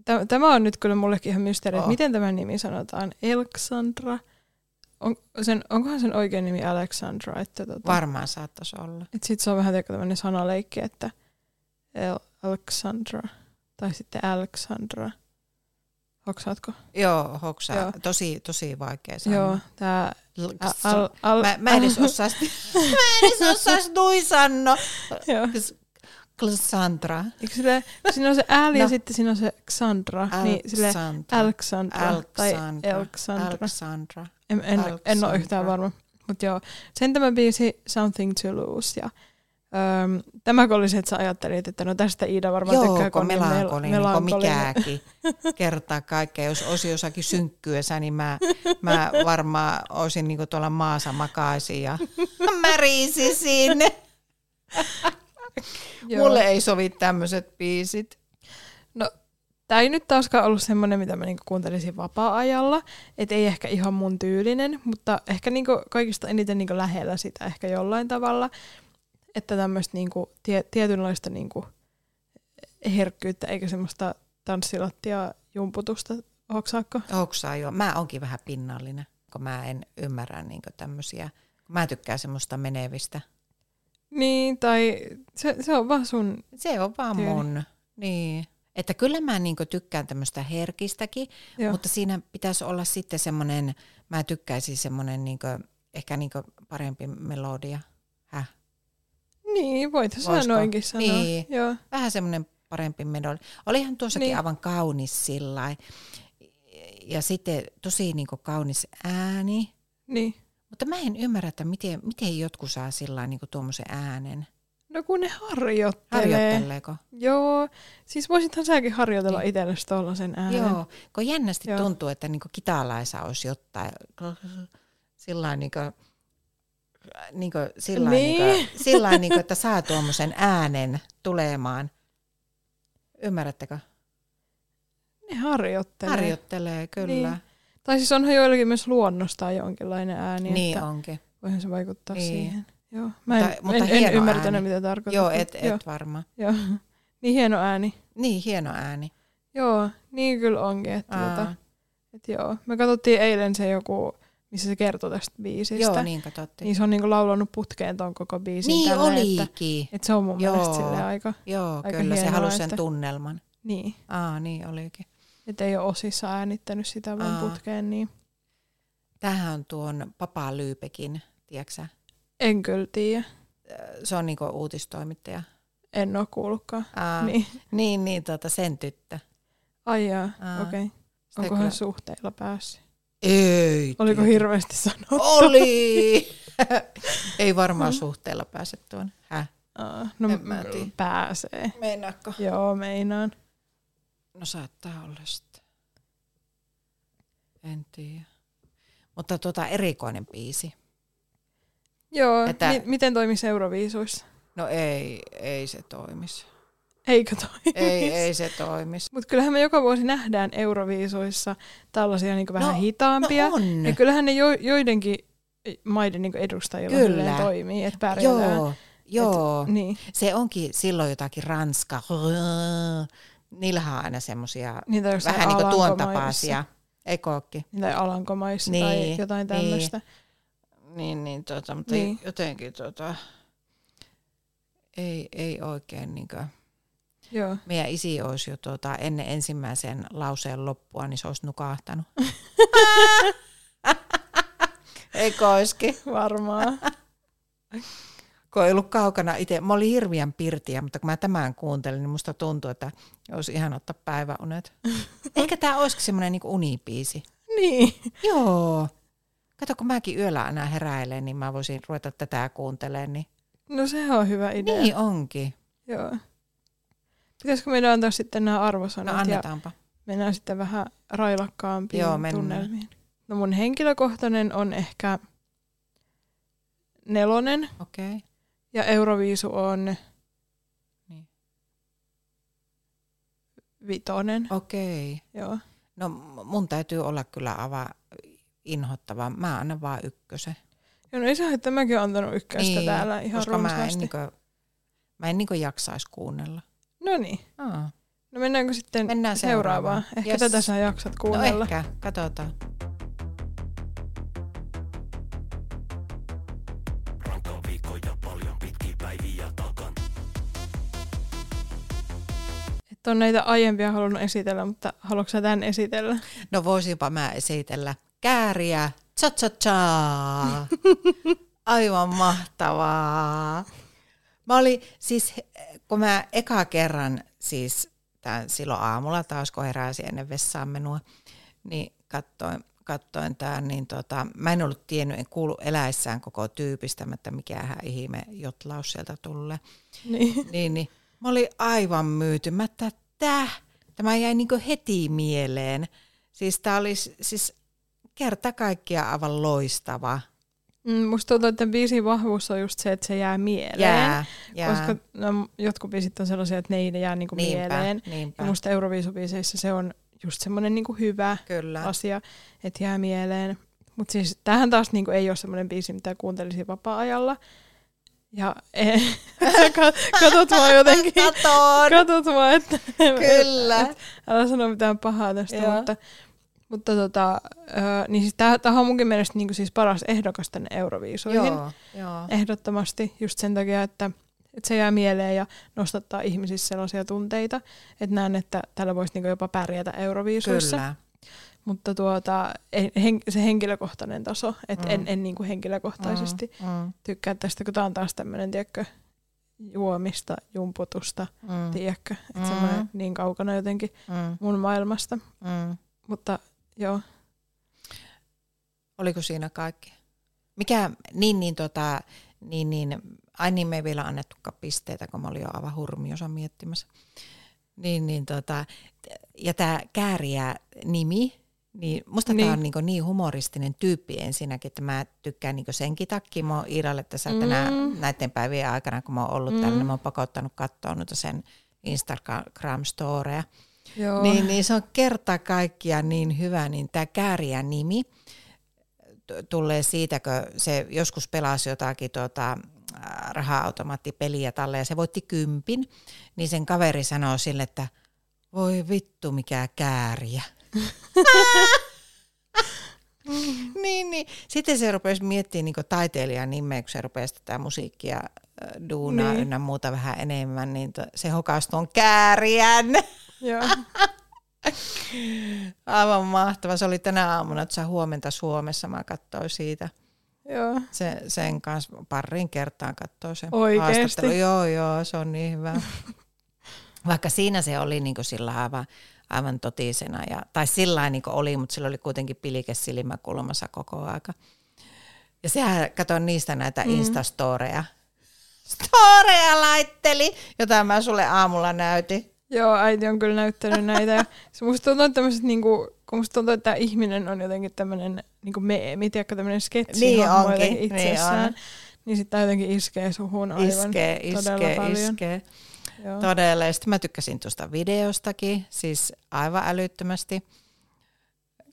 tä- Tämä on nyt kyllä mullekin ihan mysteeri, että Oh. miten tämän nimi sanotaan. Alexandra. On, sen, onkohan sen oikea nimi Alexandra? Että tota, Varmaan saattaisi olla. et sit se on vähän tiedätkö, tämmöinen sanaleikki, että El- Alexandra. Tai sitten Alexandra. Hoksaatko? Joo, hoksaa. Joo. Tosi, tosi vaikea Sama. sanoa. Joo, tää... L- Al, s- al, al, Mä, mä edes osaa mä edes osais noin sanoa. joo. Ks- Ksandra. Eikö sille, siinä on se L ja No. sitten siinä on se Xandra. niin sille Alexandra. Alexandra. Tai Alexandra. Alexandra. Alexandra. En, en, en ole Alexandra. yhtään varma. Mutta joo, sen tämä biisi Something to Lose ja Öm, tämäkö oli se, että sä ajattelit, että no tästä Iida varmaan tykkää, kun Joo, kun on niin mel- melankolinen, kun melankolinen. mikäkin kertaa kaikkea. Jos olisi jossakin synkkyessä, niin mä, mä varmaan olisin niin tuolla maassa makaisin ja märisisin. Joo. Mulle ei sovi tämmöiset biisit. No, tämä ei nyt taaskaan ollut semmoinen, mitä mä niinku kuuntelisin vapaa-ajalla. Et ei ehkä ihan mun tyylinen, mutta ehkä niinku kaikista eniten niinku lähellä sitä ehkä jollain tavalla. Että tämmöistä niinku tie, tietynlaista niinku herkkyyttä eikä semmoista tanssilattia jumputusta. Oksaakko? Oksaa jo. Mä onkin vähän pinnallinen, kun mä en ymmärrä niin tämmöisiä. Mä tykkään semmoista menevistä. Niin, tai se, se on vaan sun... Se on vaan Tyyli. mun. Niin. Että kyllä mä niin tykkään tämmöistä herkistäkin, Joo. Mutta siinä pitäisi olla sitten semmoinen, mä tykkäisin semmoinen niinku, ehkä niinku parempi melodia. Häh? Niin, voit sä Voisiko? noinkin sanoa. Niin. Joo. Vähän semmoinen parempi melodia. Olihan tuossakin Niin. niin. aivan kaunis sillä lailla. Ja sitten tosi niinku kaunis ääni. Niin. Mutta mä en ymmärrä, että miten, miten jotkut saa sillä lailla niinku tuommoisen äänen. No kun ne harjoittelee. Harjoitteleeko? Joo, siis voisithan säkin harjoitella Niin. itsellesi tuollaisen äänen. Joo, kun jännästi Joo. Joo. tuntuu, että niinku kitalaisa olisi jotain sillä niinku, niinku, sillä Niin. niin. niinku, sillain niinku, että saa tuommoisen äänen tulemaan. Ymmärrättekö? Ne harjoittelee. Harjoittelee, kyllä. tai siis onhan joillakin myös luonnostaan jonkinlainen ääni, Niin, niin että onkin. voihan se vaikuttaa Niin. siihen. Joo. Mä en, Mutta- mutta en, en hieno ymmärtänyt, ääni. mitä tarkoitat. Joo, mut et, Joo, et varmaan. joo. Niin hieno ääni. Niin, hieno ääni. Joo, niin kyllä onkin. Että Aa, tota, et joo. Me katsottiin eilen se joku, missä se kertoi tästä biisistä. joo, niin katsottiin. niin se on niinku laulanut putkeen ton koko biisin. Niin, niin tälleen, Että, olikin. et se on mun Joo. mielestä silleen aika, Joo, aika kyllä, se hienoa, halusi sen että- tunnelman. niin, Aa, niin olikin. että ei ole osissa äänittänyt sitä vaan Aa. putkeen. Niin. Tämähän on tuon Papa Lyypekin, tiedätkö sä? En kyllä tiedä. Se on niinku uutistoimittaja. En ole kuullutkaan. Aa, Ah. Niin. Niin, niin tota, sen tyttö. Ai jaa, Aa, okei. Okay. Sitä Onkohan kyllä- suhteilla päässyt? Ei. Oliko tiedä. hirveästi sanottu? Oh! Oli! Ei varmaan suhteella pääse tuon. Häh? Aa, no En mä tiedä. pääsee. Meinaakko? Joo, meinaan. No saattaa olla sitten. En tiedä. Mutta tota erikoinen biisi. Joo, Että- mi- miten toimisi Euroviisuissa? No ei, ei se toimis. Eikö toimi? Ei, ei se toimis. Mutta kyllähän me joka vuosi nähdään Euroviisuissa tällaisia niinku vähän No, No hitaampia. on. ja kyllähän ne jo, joidenkin maiden niinku edustajilla Kyllä. silleen toimii, että pärjätään. Joo, joo. Niin, Se onkin silloin jotakin Ranska. Niillähän on aina semmoisia niitä jossain vähän niin kuin tuon Alankomaissa. tapaisia. Ei kookki. Niin, Tai Alankomaissa tai Niin, jotain niin. tämmöistä. Niin, niin, tota, mutta Niin. jotenkin tota, ei, ei oikein. Niin kuin. Joo. Meidän isi olisi jo tota, ennen ensimmäisen lauseen loppua, niin se olisi nukahtanut. ei koiski, Varmaan. kun ei ollut kaukana itse. Mä olin hirveän pirtiä, mutta kun mä tämän kuuntelin, niin musta tuntuu, että olisi ihan ottaa päiväunet. Ehkä tämä olisikin semmoinen niin unipiisi. niin. Joo. Kato, kun mäkin yöllä aina heräilen, niin mä voisin ruveta tätä kuuntelemaan. Niin, No se on hyvä idea. niin onkin. Joo. Pitäisikö meidän antaa sitten nämä No arvosanat ja annetaanpa. mennään sitten vähän railakkaampiin Joo, Joo, mennään. tunnelmiin? No mun henkilökohtainen on ehkä nelonen Okei. Okay. ja Euroviisu on Niin. vitonen. Okei. Okay. Joo. No m- mun täytyy olla kyllä ava inhottava. Mä annan vaan ykkösen. Joo, no ei saa, että mäkin oon antanut ykköstä niin, täällä ihan koska mä en, runsaasti. niinku, mä en niinku jaksaisi kuunnella. No niin. Aa. No mennäänkö sitten Mennään seuraavaan? seuraavaan. Ehkä Yes. tätä sä jaksat No kuunnella. ehkä, katsotaan. Että on näitä aiempia halunnut esitellä, mutta haluatko sä tämän esitellä? No voisinpa mä esitellä kääriä. Cha cha cha. Aivan mahtavaa. Mä olin siis, kun mä eka kerran siis tämän silloin aamulla taas, kun heräsi ennen vessaan menua, niin katsoin katsoin tämän, niin tota, mä en ollut tiennyt, en kuullut eläessään koko tyypistä, että mikähän ihme jotlaus sieltä tulee. Niin. Niin, niin. Mä olin aivan myytymättä. Täh. Tämä jäi niinku heti mieleen. Siis tämä oli s- siis kerta kaikkiaan aivan loistava. Mm, musta tuntuu, että biisin vahvuus on just se, että se jää mieleen. Jää, jää. Koska no, jotkut biisit on sellaisia, että ne ei jää niinku mieleen. niinpä. Ja musta Euroviisubiiseissä se on just semmoinen niinku hyvä Kyllä. asia, että jää mieleen. Mutta siis tämähän taas niinku ei ole semmoinen biisi, mitä kuuntelisin vapaa-ajalla. Ja eh, sä ka- katot mua jotenkin. Katoon. Katot mua, että Kyllä. älä sano mitään pahaa tästä, Joo. mutta, mutta tota, ö, niin siis tämä, on munkin mielestä niinku siis paras ehdokas tänne Euroviisuihin. Joo, joo. Ehdottomasti just sen takia, että, että se jää mieleen ja nostattaa ihmisissä sellaisia tunteita, että näen, että tällä voisi niinku jopa pärjätä Euroviisuissa. Kyllä. Mm, Mutta tuota, ei- hen, se henkilökohtainen taso, että Mm. en, en niinku henkilökohtaisesti Mm, tykkää tästä, kun tämä on taas tämmöinen, tiedätkö, juomista, jumputusta, mm, mm, tiedätkö, että Mm. semmoinen niin kaukana jotenkin mm, mun maailmasta. mm. Mutta joo, Oliko siinä kaikki? Mikä, niin, niin, tota, niin, niin, ai niin, me ei vielä annettukaan pisteitä, kun mä olin jo aivan hurmiosa miettimässä. Niin, niin, tota, ja tämä kääriä nimi, niin musta niin. Niin. tämä on niin, niin humoristinen tyyppi ensinnäkin, että mä tykkään niin senkin takia. Mä oon Iiralle tässä mm. tänä, Mm. näiden päivien aikana, kun mä oon ollut Mm. mm. täällä, niin mä oon pakottanut katsoa noita sen Instagram-storeja. joo. Niin, niin se on kerta kaikkiaan niin hyvä, niin tämä kääriä nimi t- tulee siitä, kun se joskus pelasi jotakin tuota, äh, raha-automaattipeliä tälle ja se voitti kympin, niin sen kaveri sanoo sille, että voi vittu mikä kääriä. niin, niin. Sitten se rupesi miettimään niin taiteilijan nimeä, kun se rupesi tätä musiikkia äh, duunaa Niin. niin. ynnä muuta vähän enemmän, niin to, se hokasi tuon kääriän. joo. Aivan mahtava. Se oli tänä aamuna, että sä huomenta Suomessa. Mä katsoin siitä joo. se, sen kanssa parin kertaan katsoin sen Oikeesti? haastattelu. Joo, joo, se on niin hyvä. Vaikka siinä se oli niin sillä aivan, aivan totisena, ja, tai sillä lailla niin oli, mutta sillä oli kuitenkin pilike silmäkulmassa koko aika. Ja sehän, katon niistä näitä mm. Mm-hmm. instastoreja. Storeja laitteli, jota mä sulle aamulla näytin. Joo, äiti on kyllä näyttänyt näitä. Ja se musta tuntuu, että tämmöiset, niinku, kun musta tuntuu, että tämä ihminen on jotenkin tämmöinen niinku meemi, tiedätkö, tämmöinen sketsi Niin onkin, jotenkin niin itsessään. on. Niin, sitten jotenkin iskee suhun aivan Iskee, todella iskee, paljon. iskee. Joo. Mm. Todella, ja sitten mä tykkäsin tuosta videostakin, siis aivan älyttömästi,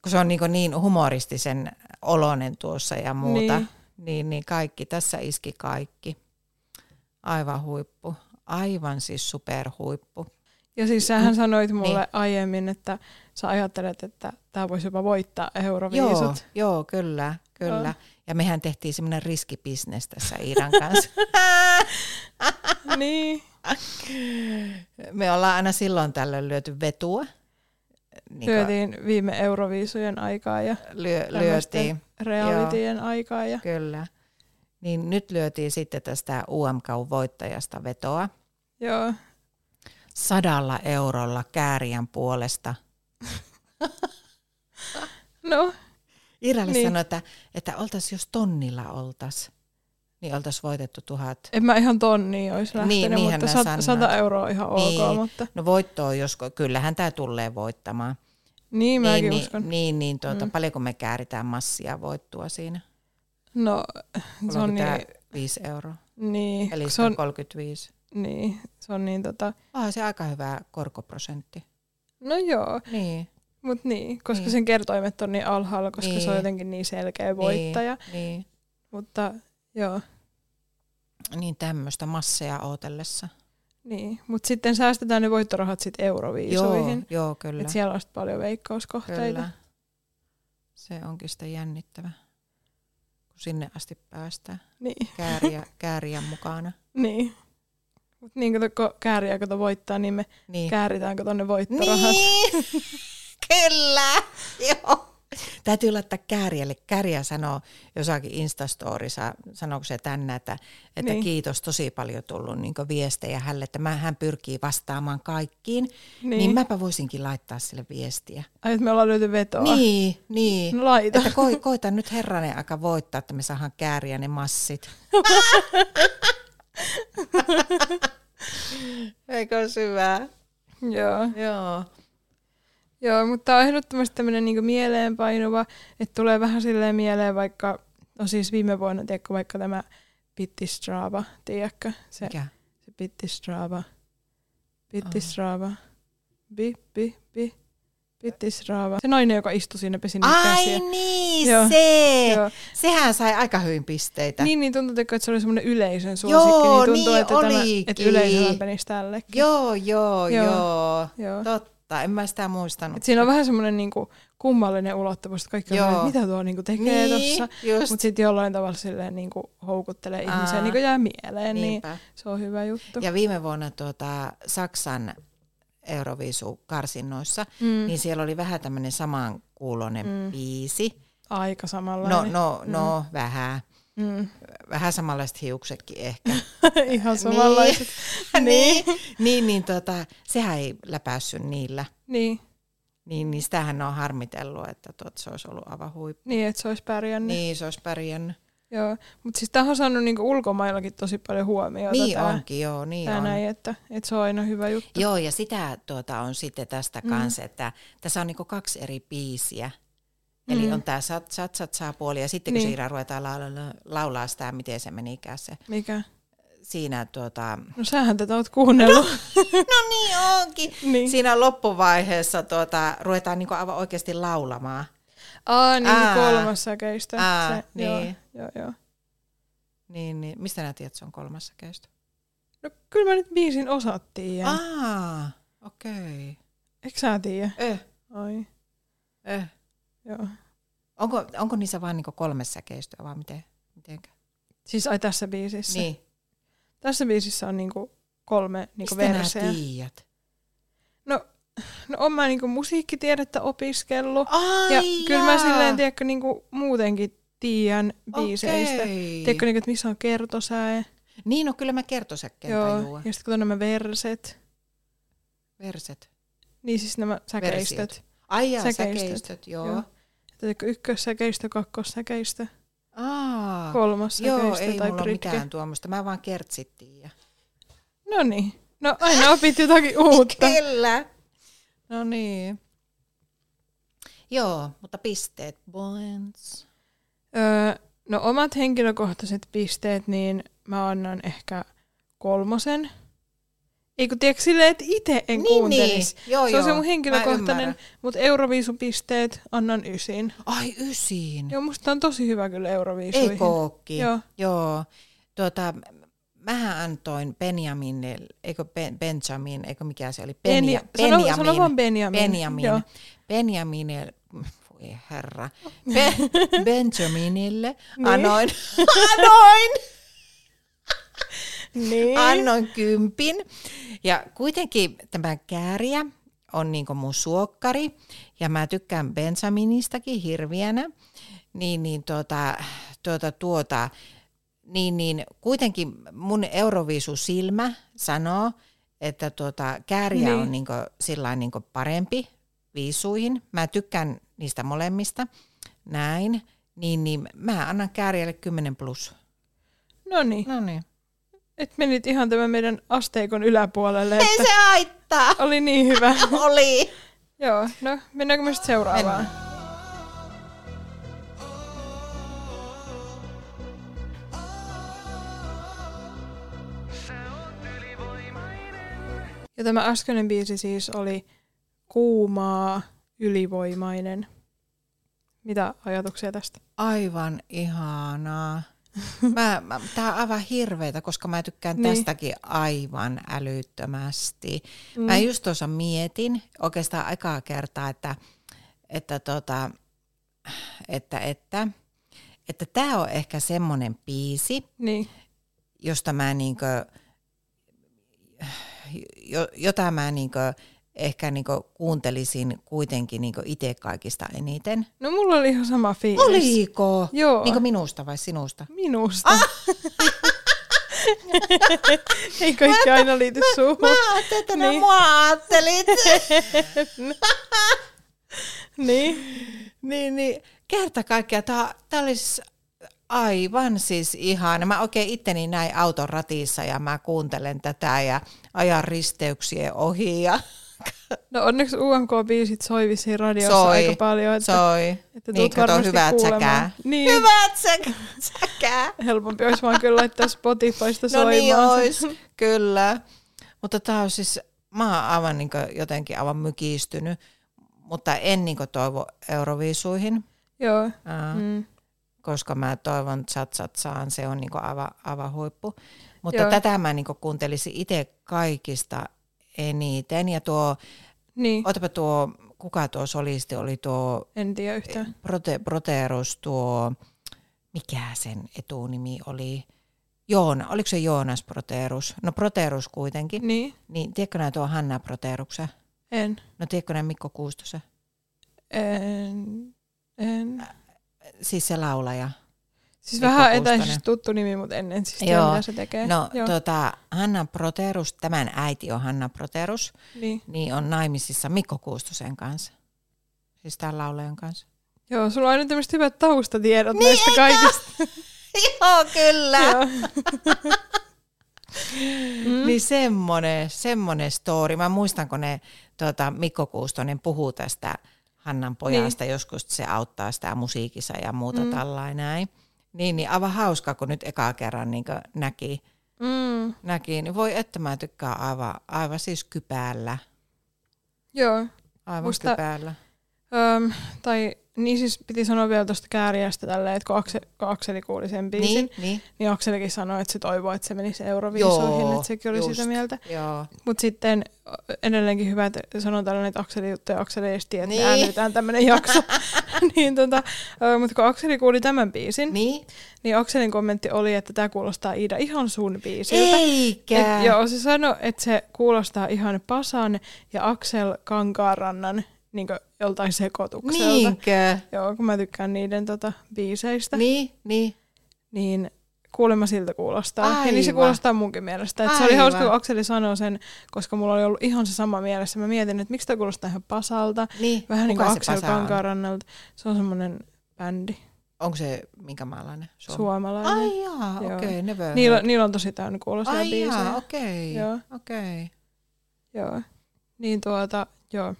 kun se on niin, niin humoristisen oloinen tuossa ja muuta, Niin. niin. Niin, niin kaikki, tässä iski kaikki. Aivan huippu, aivan siis superhuippu. Ja siis sähän sanoit mulle Niin. aiemmin, että sä ajattelet, että tämä voisi jopa voittaa Euroviisut. Joo, joo, kyllä, kyllä. Joo. Ja mehän tehtiin semmoinen riskibisnes tässä Iidan kanssa. Niin, Me ollaan aina silloin tällöin lyöty vetua. Niin kuin lyötiin viime Euroviisujen aikaa ja lyö, tämmöisten lyötiin. realitien aikaa. Ja, Kyllä. Niin nyt lyötiin sitten tästä UMK-voittajasta vetoa joo. sadalla eurolla kääriän puolesta. No, Iralle Niin. niin. sanoi, että, että oltaisiin jos tonnilla oltas, niin oltaisiin voitettu tuhat. en mä ihan tonnia olisi Niin, lähtenyt, niinhän mutta mä sat, sanoin. 100 euroa on ihan ok, Niin. mutta No voitto on josko, kyllähän tämä tulee voittamaan. niin mäkin niin, uskon. Niin, niin, niin tuota, Mm. mm. paljonko me kääritään massia voittua siinä? No, se Oliko on tämä niin, 5 euroa? niin, Eli se on, 135. niin, se on niin tota, Onhan Ah, se aika hyvä korkoprosentti. no joo, Niin, mutta niin, koska Niin. sen kertoimet on niin alhaalla, koska se on Niin. jotenkin niin selkeä voittaja, niin. mutta joo, Niin tämmöistä masseja ootellessa. niin. Mutta sitten säästetään ne voittorahat sitten euroviisuihin, Joo, joo kyllä. että siellä on sit paljon veikkauskohteita. kyllä. Se onkin sitä jännittävä, kun sinne asti päästään Niin, kääriä, kääriä mukana. niin. Mutta niin kato, kun kääriä kato voittaa, niin me Niin. kääritäänkö tonne voittorahat. niin. kyllä. Joo. Täytyy laittaa kääriälle. Kääriä sanoo jossakin Instastorissa, sanooko se tänne, että, että Niin. niin. kiitos tosi paljon tullut niin viestejä hälle, että mä- hän pyrkii vastaamaan kaikkiin. Niin. niin mäpä voisinkin laittaa sille viestiä. Ai, että me ollaan löyty vetoa. Niin, niin. Oh. No laita. Että ko, koita nyt herranen aika voittaa, että me saadaan kääriä ne massit. Eikö ole syvää? Joo. Joo. Joo, mutta tää on ehdottomasti tämmöinen niinku mieleenpainuva, että tulee vähän silleen mieleen vaikka, no siis viime vuonna, tiedätkö, vaikka tämä Pittistraava, tiedätkö? Se, Mikä? se Pittistraava. Pittistraava. Bi, bi, bi. Pittistraava. Se nainen, joka istui siinä pesi niitä Ai käsiä. niin, Joo, se. Joo. Sehän sai aika hyvin pisteitä. Niin, niin tuntuu, että se oli semmoinen yleisön suosikki, niin Joo, tuntuu, niin että, tämä, että olikin. yleisö lämpenisi tällekin. Joo, joo, Joo. joo, joo. Joo. Totta, en mä sitä muistanut. Et siinä on vähän semmoinen niinku kummallinen ulottuvuus, että kaikki on Joo. silleen, että mitä tuo niinku tekee niin, tuossa. just. Mutta sitten jollain tavalla silleen niinku houkuttelee Aa. ihmisiä, niinku jää mieleen, niin Niinpä. se on hyvä juttu. Ja viime vuonna tuota, Saksan Euroviisukarsinnoissa, Mm. mm. niin siellä oli vähän tämmöinen samankuuloinen Mm. mm. biisi. Aika No, samanlainen. no, no, mm. vähän. Mm. Vähän samanlaiset hiuksetkin ehkä. Ihan samanlaiset. niin, niin, niin tota, sehän ei läpäissyt niillä. niin, Niin, niin sitähän on harmitellut, että tuota, se olisi ollut aivan huippu. niin että se olisi pärjännyt. Niin, se olisi pärjännyt. Joo. Mutta siis tämähän on saanut niinku ulkomaillakin tosi paljon huomiota. niin tää, onkin, joo, niin tää on. näin, että, että se on aina hyvä juttu. Joo, ja sitä tuota, on sitten tästä Mm. mm. kanssa, että tässä on niinku kaksi eri biisiä. Eli Mm. on tämä sat, sat, sat, saa puoli, ja sitten kun Niin. Mm-hmm. niin. siinä ruvetaan laulaa, laulaa sitä, miten se menikään se. Mikä? Siinä tuota... No sähän tätä oot kuunnellut. No niin onkin! niin. Siinä loppuvaiheessa tuota, ruvetaan niinku aivan oikeasti laulamaan. Aa, niin Aa. Aa. kolmas säkeistä. Aa, se, Joo, niin. joo, joo. Niin, niin. Mistä nää tiedät, se on kolmas säkeistö? No kyllä mä nyt biisin osattiin. Ja... Aa, okei. Eikö sä tiedä? Okay. Eh, Ai, eh. joo. Onko, onko niissä vaan niinku kolme säkeistöä vai miten? Mitenkä? Siis ai tässä biisissä. Niin. Tässä biisissä on niinku kolme niinku Mistä nää verseä. tiedät? No on mä niinku musiikkitiedettä opiskellut. Ai ja kyllä mä jaa. silleen, tiedätkö, niinku muutenkin tiedän biiseistä. Okei. Tiedätkö, niinku, että missä on kertosäe. Niin, no kyllä mä kertosäkkeen Joo. tajua. Ja sitten kun on nämä verset. Verset. Niin siis nämä säkeistöt. Ai jaa, Säkeistöt. säkeistöt. säkeistöt, joo. Joo. joo. Tiedätkö, ykkössäkeistö, kakkossäkeistö, Aa, Ah. joo, kolmossäkeistö ei tai mulla ole pritke. mitään tuommoista. Mä vaan kertsittiin. Ja... No niin. No aina opit jotakin uutta. Kyllä. No niin. Joo, mutta pisteet. Points. Öö, no omat henkilökohtaiset pisteet, niin mä annan ehkä kolmosen. Ei kun tiedätkö silleen, että itse en niin, kuuntelisi. Niin. Joo, se on joo. se mun Mä henkilökohtainen, ymmärrän. mutta Euroviisupisteet annan ysin. Ai ysiin. Joo, musta tää on tosi hyvä kyllä Euroviisuihin. Ei kookki. Joo. Joo. Joo. Tuota, mähän antoin Benjaminille, eikö ben, Benjamin, eikö mikä se oli? Benja- Benja- sano- sano vaan Benjamin. Benjamin. Joo. Benjaminille, voi herra, Be, Benjaminille Niin. annoin, annoin, Niin. annoin kympin. Ja kuitenkin tämä kääriä on niin mun suokkari ja mä tykkään Benjaministakin hirviänä. Niin, niin tuota, tuota, tuota, niin, niin kuitenkin mun Euroviisusilmä sanoo, että tuota, kääriä Niin. niin. on niinku, sillain niinku parempi viisuihin. Mä tykkään niistä molemmista. Näin. Niin, niin mä annan kääriälle 10 plus. No niin, No niin. et menit ihan tämän meidän asteikon yläpuolelle, Ei että se haittaa. oli niin hyvä. Oli. Joo, no mennäänkö me sitten seuraavaan? Ja tämä äskeinen biisi siis oli kuumaa, ylivoimainen. Mitä ajatuksia tästä? Aivan ihanaa. Mä, mä, tää on aivan hirveetä, koska mä tykkään Niin. niin. tästäkin aivan älyttömästi. Mm. Mä just tuossa mietin oikeastaan ekaa kertaa, että, että, tota, että, että, että tämä on ehkä semmoinen biisi, Niin, josta mä niinkö, jo, jota mä niinkö ehkä niin kuuntelisin kuitenkin niin itse kaikista eniten. No mulla oli ihan sama fiilis. Oliko? Joo. Niin minusta vai sinusta? Minusta. Ah! Ei kaikki aina liity suuhun. Mä ajattelin, että niin. mua ajattelit. Niin. niin, niin. Kerta kaikkiaan, tämä olisi aivan siis ihana. Mä oikein itteni näin auton ratissa ja mä kuuntelen tätä ja ajan risteyksien ohi ja No onneksi UMK-biisit soi vissiin radiossa soi, aika paljon. Että soi. että niin, tuut kato, varmasti hyvät kuulemaan. säkää. Niin. Hyvät säkä, säkää. helpompi olisi vaan kyllä laittaa Spotifysta No soimaan. niin se. ois, kyllä. Mutta tämä on siis, mä oon aivan niin jotenkin aivan mykistynyt, mutta en niin toivo Euroviisuihin, Joo. ää, mm. Mm. koska mä toivon tsatsatsaan, se on niin aivan, aivan huippu. Mutta Joo. tätä mä niin kuuntelisin itse kaikista eniten. Ja tuo, Niin, otapa tuo, kuka tuo solisti oli tuo en tiedä yhtään. Prote, Proterus tuo, mikä sen etunimi oli? Joona, oliko se Joonas Proterus? No Proterus kuitenkin. Niin, Niin tiedätkö nää tuo Hanna Proteruksen? en. No tiedätkö nää Mikko Kuustosen? En. En. Siis se laulaja. Siis Mikko vähän Kuustonen. etäisesti tuttu nimi, mutta en, en siis tiedä, Joo. mitä se tekee. No Joo. tota, Hanna Proterus, tämän äiti on Hanna Proterus, Niin. niin on naimisissa Mikko Kuustosen kanssa. Siis tämän laulajan kanssa. Joo, sulla on aina tämmöiset hyvät taustatiedot niin, näistä kaikista. Joo, kyllä. Joo. Mm. Niin semmoinen, semmoinen story. Mä muistan, kun ne, tuota, Mikko Kuustonen puhuu tästä Hannan pojasta, niin. joskus se auttaa sitä musiikissa ja muuta mm. tällainen näin. Niin, niin aivan hauska, kun nyt ekaa kerran niin näki, Mm. näki, niin voi että mä tykkään aivan, aivan siis kypäällä. Joo. Musta- Aivan Musta... kypäällä. Öm, tai niin siis piti sanoa vielä tuosta kääriästä tälleen, että kun, Akse, kun Akseli kuuli sen biisin, Niin, niin, niin. niin Akselikin sanoi, että se toivoo, että se menisi Euroviisoihin, Joo, että sekin oli just. sitä mieltä. Joo. Mutta sitten ö, edelleenkin hyvä, että sanon tällainen, että Akseli juttu ja Akseli ei edes tiedä, että Niin. niin. äänitetään tämmöinen jakso. niin tota, mutta kun Akseli kuuli tämän biisin, niin, Niin? niin Akselin kommentti oli, että tämä kuulostaa Iida ihan sun biisiltä. Eikä. Et, joo, se sanoi, että se kuulostaa ihan Pasan ja Aksel Kankaarannan niin joltain sekoitukselta. Niinkö? Joo, kun mä tykkään niiden tota, biiseistä, niin, Niin. Niin, niin. niin kuulemma siltä kuulostaa. Aivan. Ja niin se Aivan. kuulostaa munkin mielestä. Et se oli Aivan. hauska, kun Akseli sanoi sen, koska mulla oli ollut ihan se sama mielessä. Mä mietin, että miksi tämä kuulostaa ihan Pasalta, niin. vähän niin kuin Kuka se Aksel Pasa on? Kankaarannalta. Se on semmoinen bändi, Onko se minkä maalainen? Suomi. suomalainen. Ai, Ai jaa, Joo. okei, okay, never. niillä, niillä on tosi täynnä kuulostaa Ai biisejä. jaa, okei, Joo. okei. Joo. Niin tuota, joo.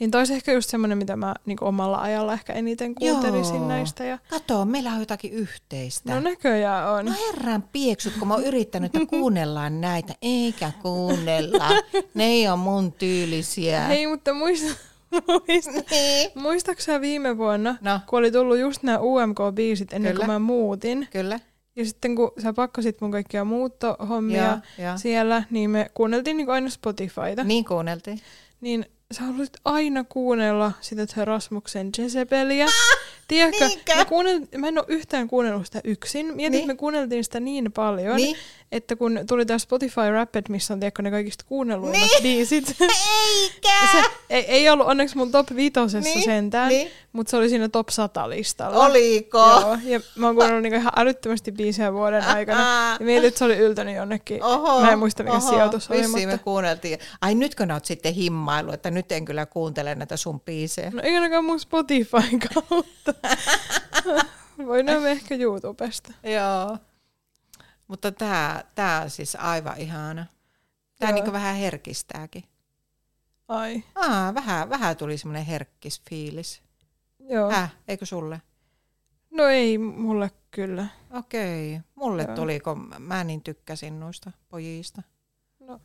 Niin tois ehkä just semmoinen, mitä mä niin omalla ajalla ehkä eniten kuuntelisin Joo. joo. näistä. Ja, Kato, meillä on jotakin yhteistä. no niin. näköjään on. No herran pieksut, kun mä oon yrittänyt, että kuunnellaan näitä, eikä kuunnella. Ne ei ole mun tyylisiä. Hei, mutta muista, muista, Niin. muistaaksä viime vuonna, No, kun oli tullut just nämä UMK-biisit ennen Kyllä. kuin mä muutin. kyllä. Ja sitten kun sä pakkasit mun kaikkia muuttohommia Ja, ja. ja. siellä, niin me kuunneltiin niin aina Spotifyta. Niin. Niin kuunneltiin. niin sä halusit aina kuunnella sitä Tö Rasmuksen Jezebeliä. Tiedätkö, niinkö? me kuunnel- mä en ole yhtään kuunnellut sitä yksin. Mietin, Niin. niin. me kuunneltiin sitä niin paljon, niin. Niin. että kun tuli tämä Spotify Rapid, missä on tiedätkö, ne kaikista kuunnelluimmat niin. biisit. Eikä! Se ei, ei ollut onneksi mun top vitosessa Niin, niin, sentään, niin. niin. mutta se oli siinä top 100 listalla. Oliko? Joo, ja mä oon kuunnellut niinku ihan älyttömästi biisejä vuoden aikana. Ja mietin, että se oli yltänyt jonnekin. Oho, mä en muista, mikä oho, sijoitus oli, vissiin me mutta... kuunneltiin. Ai nytkö oot sitten himmailu, että nyt en kyllä kuuntele näitä sun biisejä. No ei ainakaan mun Spotifyn kautta. Voidaan me ehkä YouTubesta. Joo. Mutta tämä tää on siis aivan ihana. Tämä Joo. niinku vähän herkistääkin. Ai, Aa, vähän, vähän tuli semmoinen herkkis fiilis. joo. Häh, eikö sulle? No ei mulle kyllä. Okei. Mulle Joo. tuli, kun mä niin tykkäsin noista pojista. No.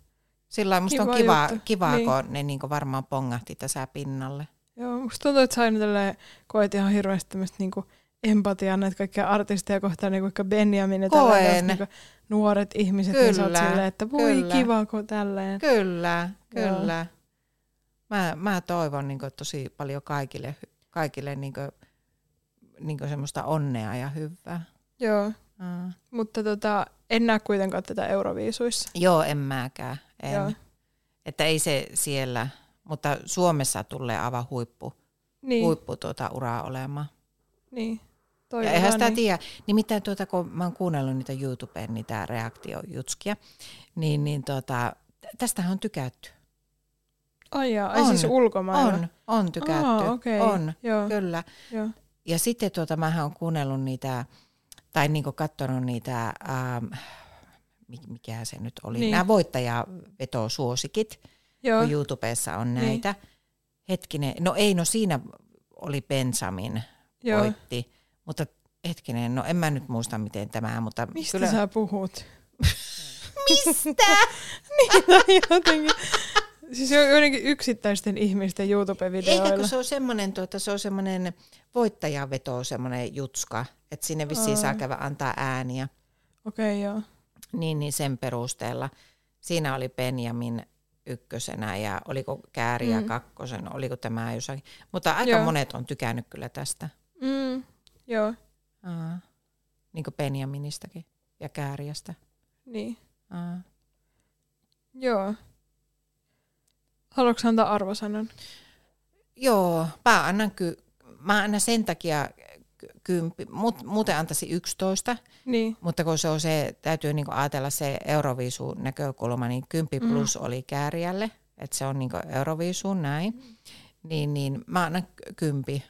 Sillä lailla musta on Kiva kiva, juttu. kiva Niin. kun ne niinku varmaan pongahti tässä pinnalle. Joo, musta tuntuu, että sä aina tälleen koet ihan hirveästi tämmöistä niinku empatiaa näitä kaikkia artisteja kohtaan, niin kuin vaikka Benjamin ja Koen. tällaiset niinku nuoret ihmiset, kyllä, niin sä oot Kyllä, silleen, että voi kyllä. kiva, kun tälleen. Kyllä, Joo. kyllä. Mä, mä toivon niinku tosi paljon kaikille, kaikille niinku, niinku semmoista onnea ja hyvää. Joo, Aa. mutta tota, en näe kuitenkaan tätä Euroviisuissa. Joo, en mäkään. En. Joo. Että ei se siellä Mutta Suomessa tulee aivan huippu, niin. Niin, huippu tuota uraa olemaan. niin. Ja Toivotaan, eihän sitä niin. tiedä. Nimittäin tuota, kun mä oon kuunnellut niitä YouTubeen, niitä reaktiojutskia, niin, niin tuota, tä- tästähän on tykätty. Ai, jaa, ai On, siis ulkomailla. On, on tykätty. Aa, okei. On, Joo, kyllä. joo. Ja sitten tuota, mähän on kuunnellut niitä, tai niinku katsonut niitä, ähm, mi- mikä se nyt oli, Niin. niin. nämä voittajavetosuosikit, Joo, kun YouTubessa on Niin. näitä. Hetkinen, no ei, no siinä oli Bensamin Joo. joo. voitti, mutta hetkinen, no en mä nyt muista miten tämä, mutta Mistä Kyllä. sä puhut? Mistä? niin, jotenkin. Siis jo- joidenkin yksittäisten ihmisten Eikä YouTube-videoilla. kun se on semmoinen, tuota, se on semmoinen voittajaveto, semmoinen jutska, että sinne vissiin Aa. saa käydä antaa ääniä. Okei, okay, joo. Niin, niin sen perusteella. Siinä oli Benjamin ykkösenä ja oliko Kääriä Mm. mm. kakkosen, oliko tämä jossakin. Mutta aika Joo. Joo. monet on tykännyt kyllä tästä. Mm, joo, Aa. Niin kuin Benjaministakin ja Kääriästä. niin. Aa. Joo. Haluatko antaa arvosanan? Joo, mä annan, ky- mä annan sen takia ky- kymppi, mut, muuten antaisin 11, Niin. mutta kun se on se, täytyy niinku ajatella se Euroviisun näkökulma, niin 10 Mm. plus oli kääriälle, että se on niinku Euroviisuun näin, niin, niin mä annan ky- kympi.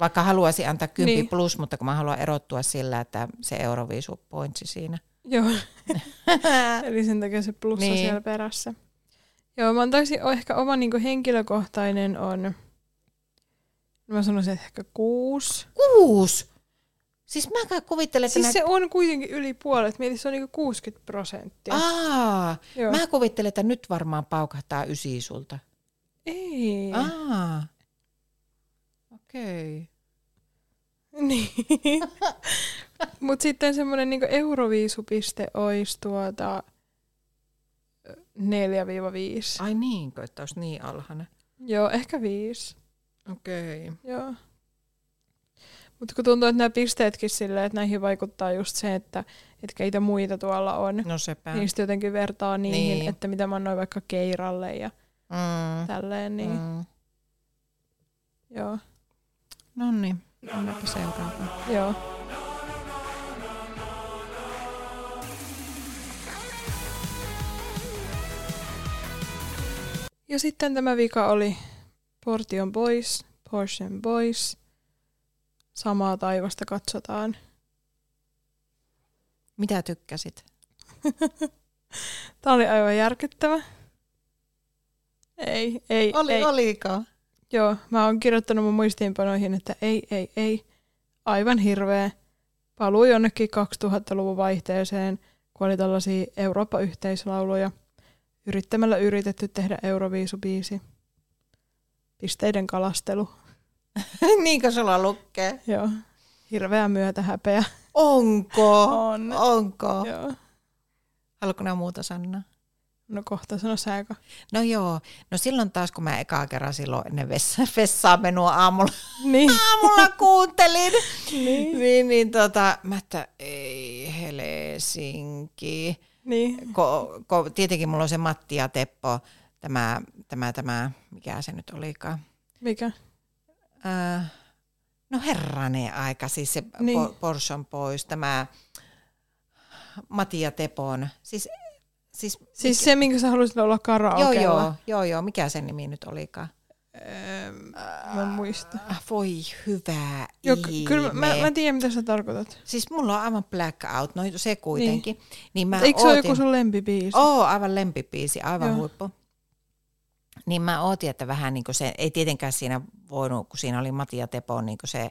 Vaikka haluaisin antaa 10 Niin. niin. plus, mutta kun mä haluan erottua sillä, että se Euroviisu pointsi siinä. Joo, eli sen takia se plussa niin. Niin. siellä perässä. Joo, mä antaisin o- ehkä oma niinku henkilökohtainen on, mä sanoisin että ehkä kuusi. Kuus! Siis mä kuvittelen, että Siis se on kuitenkin yli puolet, mieti se on niinku 60 prosenttia. Aa, Joo. Ah, Mä kuvittelen, että nyt varmaan paukahtaa ysi sulta. Ei. Ah. Aa. Okei. Okay. Niin. Mutta sitten semmoinen niinku euroviisupiste olisi tuota ö, 4-5. Ai niinkö, että olisi niin alhainen. Joo, ehkä 5. Okei. Okay. Joo. Mutta kun tuntuu, että nämä pisteetkin silleen, että näihin vaikuttaa just se, että et keitä muita tuolla on. No sepä. Niin sitten jotenkin vertaa niihin, niin. Niin. että mitä mä annoin vaikka Keiralle ja Mm. tälleen. Niin, mm. Mm. joo. No niin, mennäänpä seuraavaan. joo. Ja sitten tämä vika oli Portion Boys, Portion Boys. Samaa taivasta katsotaan. Mitä tykkäsit? Tämä oli aivan järkyttävä. Ei, ei, ei. oliko? Joo, mä oon kirjoittanut mun muistiinpanoihin, että ei, ei, ei. Aivan hirveä. Paluu jonnekin 2000-luvun vaihteeseen, kun oli tällaisia Eurooppa-yhteislauluja. Yrittämällä yritetty tehdä Euroviisubiisi. Pisteiden kalastelu. Niinkö sulla lukee? Joo. Hirveä myötähäpeä. Onko? On. Onko? Joo. Haluatko nää muuta sanoa? No kohta sano sääkö. No joo. No silloin taas, kun mä ekaa kerran silloin ennen vessa- vessaa menua aamulla, Niin. aamulla kuuntelin, niin. niin, niin tota, mä että ei Helsinki. niin. Ko, ko, tietenkin mulla on se Matti ja Teppo, tämä, tämä, tämä mikä se nyt olikaan. Mikä? Äh, no herranen aika, siis se Niin. niin. Porson pois, tämä Matti ja Tepon. Siis, siis, Siis se, minkä sä halusit olla joo, karaokella. joo, joo, joo, mikä sen nimi nyt olikaan? Öö, mä en muista. Ah, voi hyvä Joo, ihme. ky- kyllä mä, mä, mä tiedän, mitä sä tarkoitat. Siis mulla on aivan blackout, no se kuitenkin. Niin. niin mä Mä Eikö se ole ootin- joku sun lempibiisi? Oo, aivan lempipiisi, aivan Joo. Joo. huippu. Niin mä ootin, että vähän niin kuin se, ei tietenkään siinä voinut, kun siinä oli Matia Tepo niin kuin se,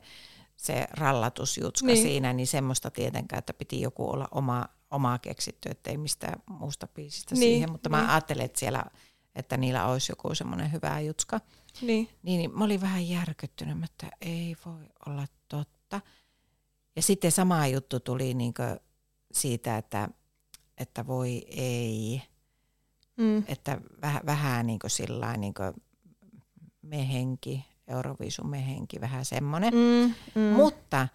se rallatusjutska Niin. niin. siinä, niin semmoista tietenkään, että piti joku olla oma, omaa keksitty, ettei mistään muusta biisistä Niin, niin. siihen. Mutta niin. mä ajattelin, että siellä että niillä olisi joku semmoinen hyvä jutska. Niin. Niin, niin mä olin vähän järkyttynyt, että ei voi olla totta. Ja sitten sama juttu tuli niin siitä, että, että voi ei Mm. että vähän, vähän niin kuin sillä niin mehenki, Euroviisun mehenki, vähän semmoinen. Mm. Mm. Mm. Mutta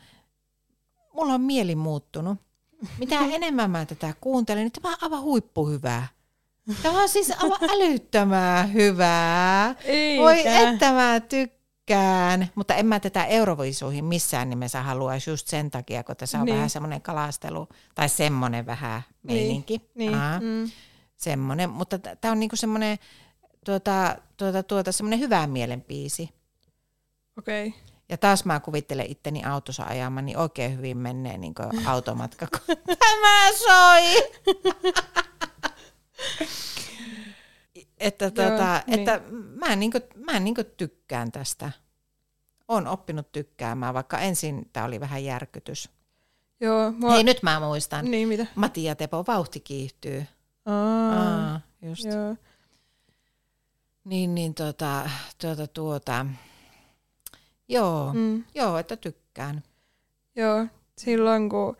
mulla on mieli muuttunut. Mitä enemmän mä tätä kuuntelen, niin tämä on aivan huippuhyvää. Tämä on siis aivan älyttömää hyvää. Eikä. Voi että mä tykkään. Mutta en mä tätä Euroviisuihin missään nimessä haluaisi just sen takia, kun tässä on Niin. vähän semmoinen kalastelu tai semmoinen vähän meininki. Niin. Aa, Mm. semmoinen. Mutta tämä on niinku semmoinen tuota, tuota, tuota, semmoinen hyvän mielen biisi. Okei. Okay. Ja taas mä kuvittelen itteni autossa ajamaan, niin oikein hyvin menee niin automatka, kun tämä soi. että, tuota, niin. että mä, niin kuin, mä niin kuin tykkään tästä. Olen oppinut tykkäämään, vaikka ensin tämä oli vähän järkytys. Joo, mua... Hei, nyt mä muistan. Niin, mitä? Matti ja Tepo, vauhti kiihtyy. Aa, Aa, just. joo. Niin, niin tuota, tuota, tuota. Joo, mm. Mm. joo, että tykkään. Joo, silloin kun,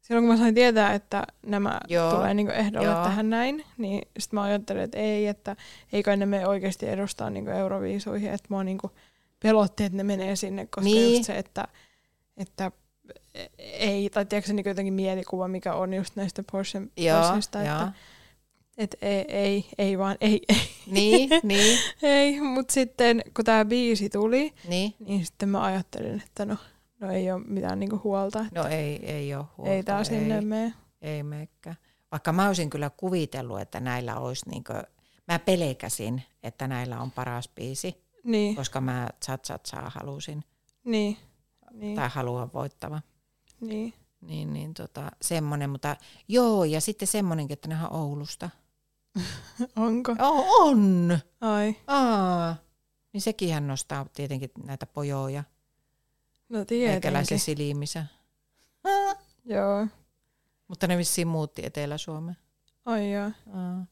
silloin kun mä sain tietää, että nämä Joo. Joo. tulee niin ehdolle Joo. Joo. tähän näin, niin sitten mä ajattelin, että ei, että ei kai ne mene oikeasti edustaa niin euroviisuihin, että mua niin pelotti, että ne menee sinne, koska Niin. niin. just se, että, että ei, tai tiedätkö se niin jotenkin mielikuva, mikä on just näistä Porsche Joo, joo. että, että ei, ei, ei vaan, ei, ei, Niin, niin, ei. mutta sitten kun tämä biisi tuli, niin. niin sitten mä ajattelin, että no, no ei ole mitään niinku huolta, No ei, ei niin ole huolta. ei taas sinne mene. Ei, ei meekään. Vaikka mä olisin kyllä kuvitellut, että näillä olisi niinkö, mä pelkäsin, että näillä on paras biisi, Niin, koska mä tsatsatsaa halusin niin, niin, tai haluan voittava. niin. Niin, niin tota, semmonen, mutta joo, ja sitten semmonenkin, että nehän on Oulusta. Onko? Oh, on! Ai, Aa. Niin sekin hän nostaa tietenkin näitä pojoja, no tietenkin. meikäläisen silmissä. Joo, Mutta ne vissiin muutti Etelä-Suomeen. ai joo. Aa.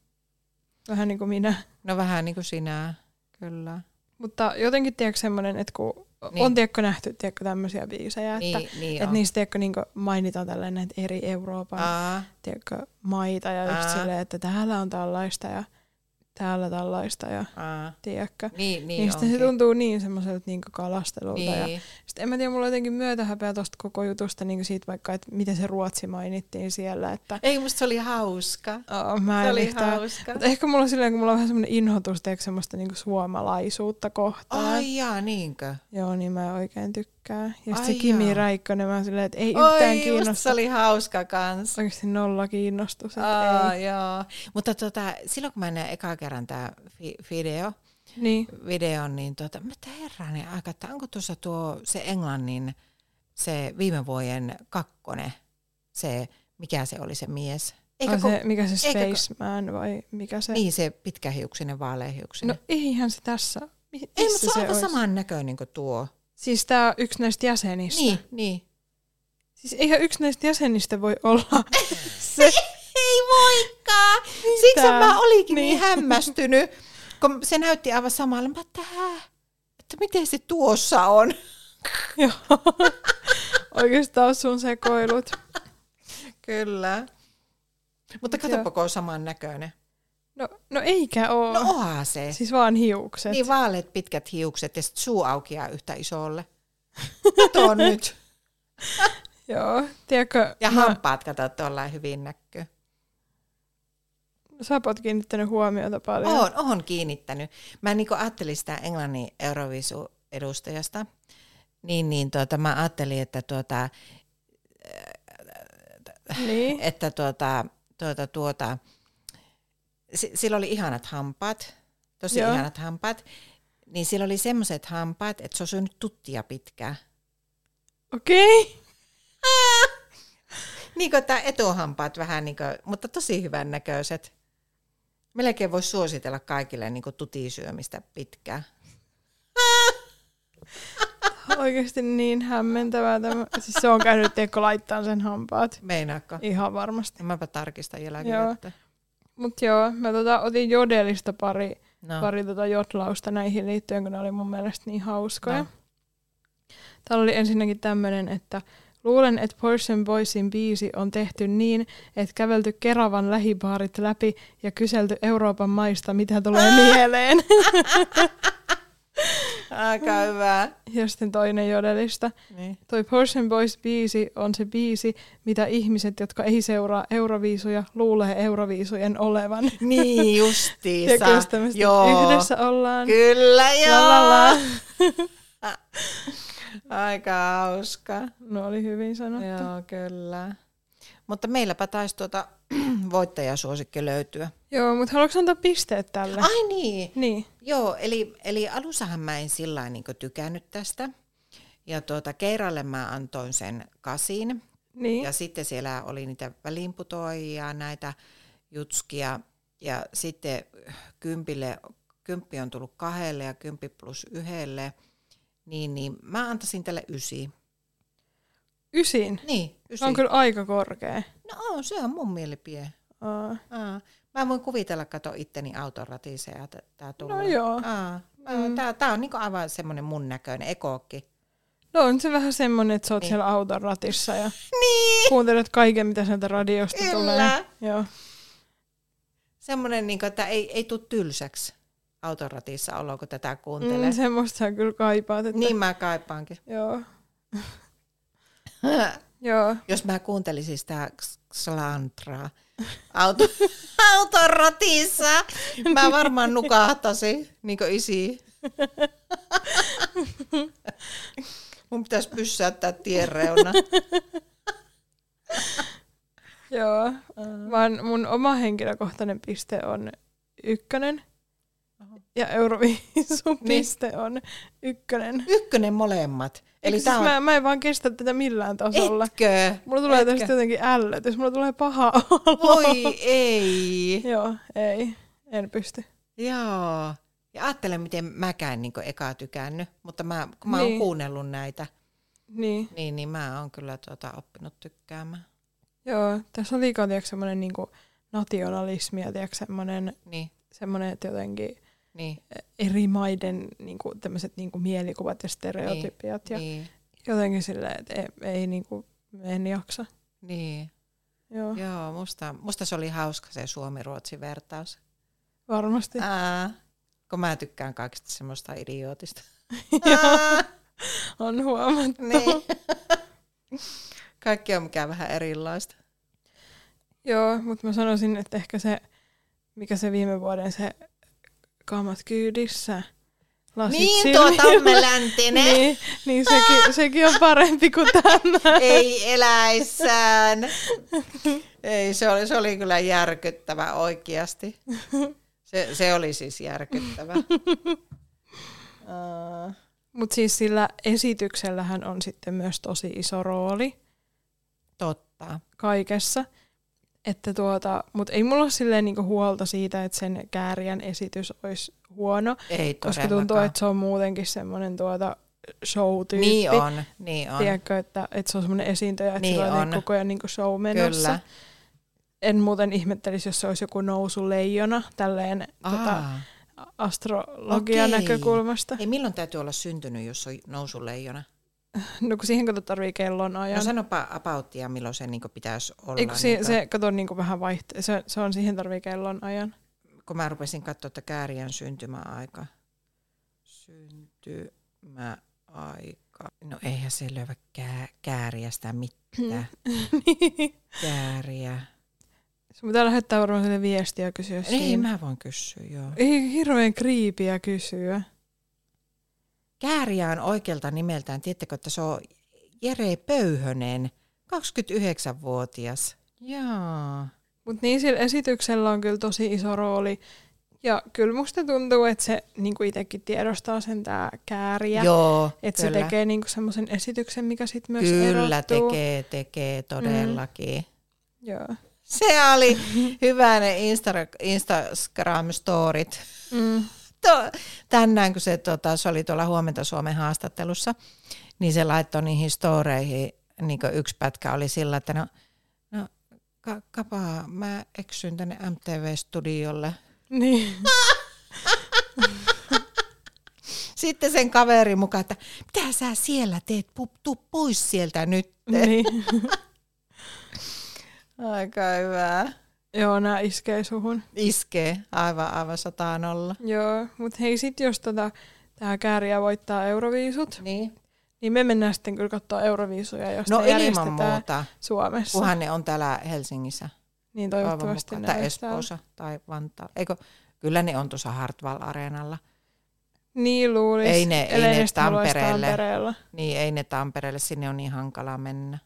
Vähän niin kuin minä. No vähän niin kuin sinä, kyllä. Mutta jotenkin tiedätkö semmoinen, että kun Niin. niin. on tiedätkö nähty tiedätkö, tämmöisiä biisejä, niin, että, niin että niistä tiedätkö, niin mainitaan tällainen näitä eri Euroopan Aa, tiedätkö, maita ja just Aa. silleen, että täällä on tällaista ja täällä tällaista ja aa. tiedätkö. Niin, niin, Niin, niin sitten se onkin. tuntuu niin semmoiselta niin kalastelulta ja niin. Sitten en mä tiedä, mulla on jotenkin myötähäpeä tuosta koko jutusta niin siitä vaikka, että miten se Ruotsi mainittiin siellä. Että, Ei, musta se oli hauska. oh, mä Se en oli yhtään, hauska. mutta ehkä mulla on silleen, kun mulla on vähän semmoinen inhotus, teekö semmoista niinku suomalaisuutta kohtaan. Ai jaa, niinkö? Joo, niin mä en oikein tykkään. Ja Ai sitten se Kimi joo. Räikkönen, mä oon silleen, että ei yhtään Oi, just se kiinnosta. oli hauska kans. Oikeasti nolla kiinnostus, että Aa, ei. joo. Mutta tota, silloin kun mä näin eka kerran tää fi- video, Niin, videon, niin tota, mä että herranen aika, että onko tuossa tuo se englannin, se viime vuoden kakkonen, se, mikä se oli se mies? Eikä on kun, se, mikä se eikä kun- Spaceman vai mikä se? niin se pitkähiuksinen, vaaleihiuksinen. No eihän se tässä. Mi- Ei, missä mutta se on aivan olisi? saman näköinen kuin tuo. Siis tää on yksi näistä jäsenistä. Niin, niin. Siis eihän yksi näistä jäsenistä voi olla se. Ei voikaan! Siksi Mitä? mä olikin niin, Niin. hämmästynyt, kun se näytti aivan samalle. Mä että "Hää? että miten se tuossa on? Joo. Oikeastaan sun sekoilut. Kyllä. Mutta katsoppa, kun on saman näköinen. No, no eikä oo. No onhan se. Siis vaan hiukset. Niin vaaleet pitkät hiukset ja sit suu aukeaa yhtä isolle. Kato nyt. Joo. Tiedätkö, Ja mä, hampaat kato tuolla hyvin näkyy. sä oot kiinnittänyt huomiota paljon. Oon, oon kiinnittänyt. Mä niin ajattelin sitä Englannin Eurovisu-edustajasta, niin, niin tuota, mä ajattelin, että, tuota, Niin. että tuota, tuota, tuota, si- sillä oli ihanat hampaat, tosi Joo. Joo. ihanat hampaat, niin sillä oli semmoiset hampaat, että se on syönyt tuttia pitkään. Okei. Okay. Niin kuin tämä etuhampaat vähän, niin kuin, mutta tosi hyvän näköiset. Melkein voisi suositella kaikille niin tutisyömistä pitkään. Oikeasti niin hämmentävää tämä. Siis se on käynyt, tiedätkö, laittaa sen hampaat. Meinaatko? Ihan varmasti. Ja mäpä tarkistan Joo. jälkikäteen. Mut joo, mä tota, otin jodelista pari, No. pari tota jotlausta näihin liittyen, kun ne oli mun mielestä niin hauskoja. No. Täällä oli ensinnäkin tämmöinen, että luulen, että Poison Boysin biisi on tehty niin, että kävelty Keravan lähibaarit läpi ja kyselty Euroopan maista, mitä tulee mieleen. Mm. Aika hyvä. Ja sitten toinen jodelista. Niin. Toi Portion Boys biisi on se biisi, mitä ihmiset, jotka ei seuraa euroviisuja, luulee euroviisujen olevan. Niin Ja justiinsa. kyllä sitä me sitten yhdessä ollaan. Kyllä joo. Ah. La, la, la. Aika hauska. No oli hyvin sanottu. Joo, kyllä. Mutta meilläpä taisi tuota voittajasuosikki löytyä. Joo, mutta haluatko antaa pisteet tälle? Ai niin. Niin. Joo, eli, eli alussahan mä en sillä lailla niin tykännyt tästä. Ja tuota, Keiralle mä antoin sen kasin. Niin. Ja sitten siellä oli niitä väliinputoajia, näitä jutskia. Ja sitten kympille, kymppi on tullut kahdelle ja kymppi plus yhdelle. Niin, niin mä antaisin tälle ysi. Ysin. Niin, ysi. Se on kyllä aika korkea. No on, se on mun mielipide. Aa. no Aa. Mä voin kuvitella, kato itteni auton ratissa ja t- tää tulee. No joo. Aa. Mm. Mm. Tää, tää on niinku aivan semmonen mun näköinen ekookki. No on se vähän semmonen, että sä oot Niin. siellä auton ratissa ja Niin. kuuntelet kaiken, mitä sieltä radiosta Kyllä. tulee. Joo. Semmonen, niinku, että ei, ei tuu tylsäksi auton ratissa olo, kun tätä kuuntelee. Mm, semmoista sä kyllä kaipaat. Että... Niin mä kaipaankin. Joo. Joo. Jos mä kuuntelisin sitä slantraa auto, auton ratissa, mä varmaan nukahtasin, niin kuin isi. Mun pitäisi pyssäyttää tien reuna. Joo. Vaan mun oma henkilökohtainen piste on ykkönen. Oho. Ja Euroviisun Niin. piste on ykkönen. Ykkönen molemmat. Eli Siis tää on... mä, mä en vaan kestä tätä millään tasolla. Etkö? Mulla tulee Etkö? tästä jotenkin ällötys. Mulla tulee paha olo. Voi ei. Joo, ei. En pysty. Joo. Ja ajattele, miten mäkään niin eka tykännyt, mutta mä, kun mä oon Niin. kuunnellut näitä, Niin. niin, niin mä oon kyllä tuota, oppinut tykkäämään. Joo, tässä on liikaa tiedätkö, semmoinen niinku nationalismi ja tiedätkö, semmoinen, Niin, semmoinen, että jotenkin niin, eri maiden niinku, tämmöiset niinku, mielikuvat ja stereotypiat. ja niin, jotenkin silleen, että ei, ei niinku, en jaksa. niin. Joo, ja. Joo, musta, musta se oli hauska se Suomi-Ruotsi vertaus. varmasti. Ää, kun mä tykkään kaikista semmoista idiootista. Joo, on huomattu. niin. Kaikki on mikään vähän erilaista. Joo, mutta mä sanoisin, että ehkä se, mikä se viime vuoden se kamat kyydissä, lasit Niin, tuo silmillä. Tamme Läntinen. niin, niin sekin, sekin on parempi kuin tämä. ei eläissään. Ei, se oli, se oli kyllä järkyttävä oikeasti. Se, se oli siis järkyttävä. Aa, Mutta siis sillä esityksellähän on sitten myös tosi iso rooli Totta. kaikessa. Että tuota, mutta ei mulla ole silleen niinku huolta siitä, että sen kääriän esitys olisi huono, Ei koska tuntuu, todellakaan. että se on muutenkin semmoinen tuota show-tyyppi. Niin on, niin on. Tiedätkö, että, että se on semmoinen esiintyjä, että Niin sillä on on. koko ajan niinku show menossa. Kyllä. En muuten ihmettelisi, jos se olisi joku nousuleijona tälleen tota, Aa, astrologian Okei. näkökulmasta. Ei, milloin täytyy olla syntynyt, jos on nousuleijona? No kun siihen kato tarvii kellon No ajan. sanopa apauttia, milloin se niin pitäisi olla. Eikö se, niinku- se kato niinku vähän vaihtaa, se, se on siihen tarvii kellon ajan. kun mä rupesin katsoa, että käärien syntymäaika. Syntymäaika. No eihän se löyvä kää, kääriä sitä mitään. Mm. kääriä. Sun Niin. pitää lähettää varmaan sille viestiä ja kysyä Ei, siinä. Niin, mä voin kysyä, joo. Ei hirveän kriipiä kysyä. Kääriä on oikealta nimeltään, tiedättekö, että se on Jere Pöyhönen, 29-vuotias. Joo. Mutta niin sillä esityksellä on kyllä tosi iso rooli. Ja kyllä musta tuntuu, että se niinku itsekin tiedostaa sen tää kääriä. Joo, Että se kyllä. tekee niinku semmoisen esityksen, mikä sitten myös Kyllä erottuu. Mm. tekee, tekee todellakin. Joo. Se oli hyvä ne Insta- Instagram-storit. Mm. to, tänään, kun se, tota, se oli tuolla huomenta Suomen haastattelussa, niin se laittoi niihin storeihin, niin kuin yksi pätkä oli sillä, että no, no ka- kapaa, mä eksyn tänne MTV-studiolle. Niin. Sitten sen kaveri mukaan, että mitä sä siellä teet, Pu- tuu pois sieltä nyt. niin. Aika hyvä. Joo, nämä iskee suhun. Iskee aivan, aivan sataan olla. Joo, mutta hei sit jos tota, tämä kääriä voittaa euroviisut, Niin. niin me mennään sitten kyllä katsoa euroviisuja, jos No ne ilman järjestetään muuta, Suomessa. kunhan ne on täällä Helsingissä. Niin toivon toivottavasti mukaan. ne Tai olisi täällä. Espoossa tai Vantaalla. Eikö, kyllä ne on tuossa Hartwall-areenalla. Niin luulisi. Ei ne- ei ellei ne sitten mulla olisi Tampereelle. Tampereella. Niin ei ne Tampereelle, sinne on niin hankala mennä.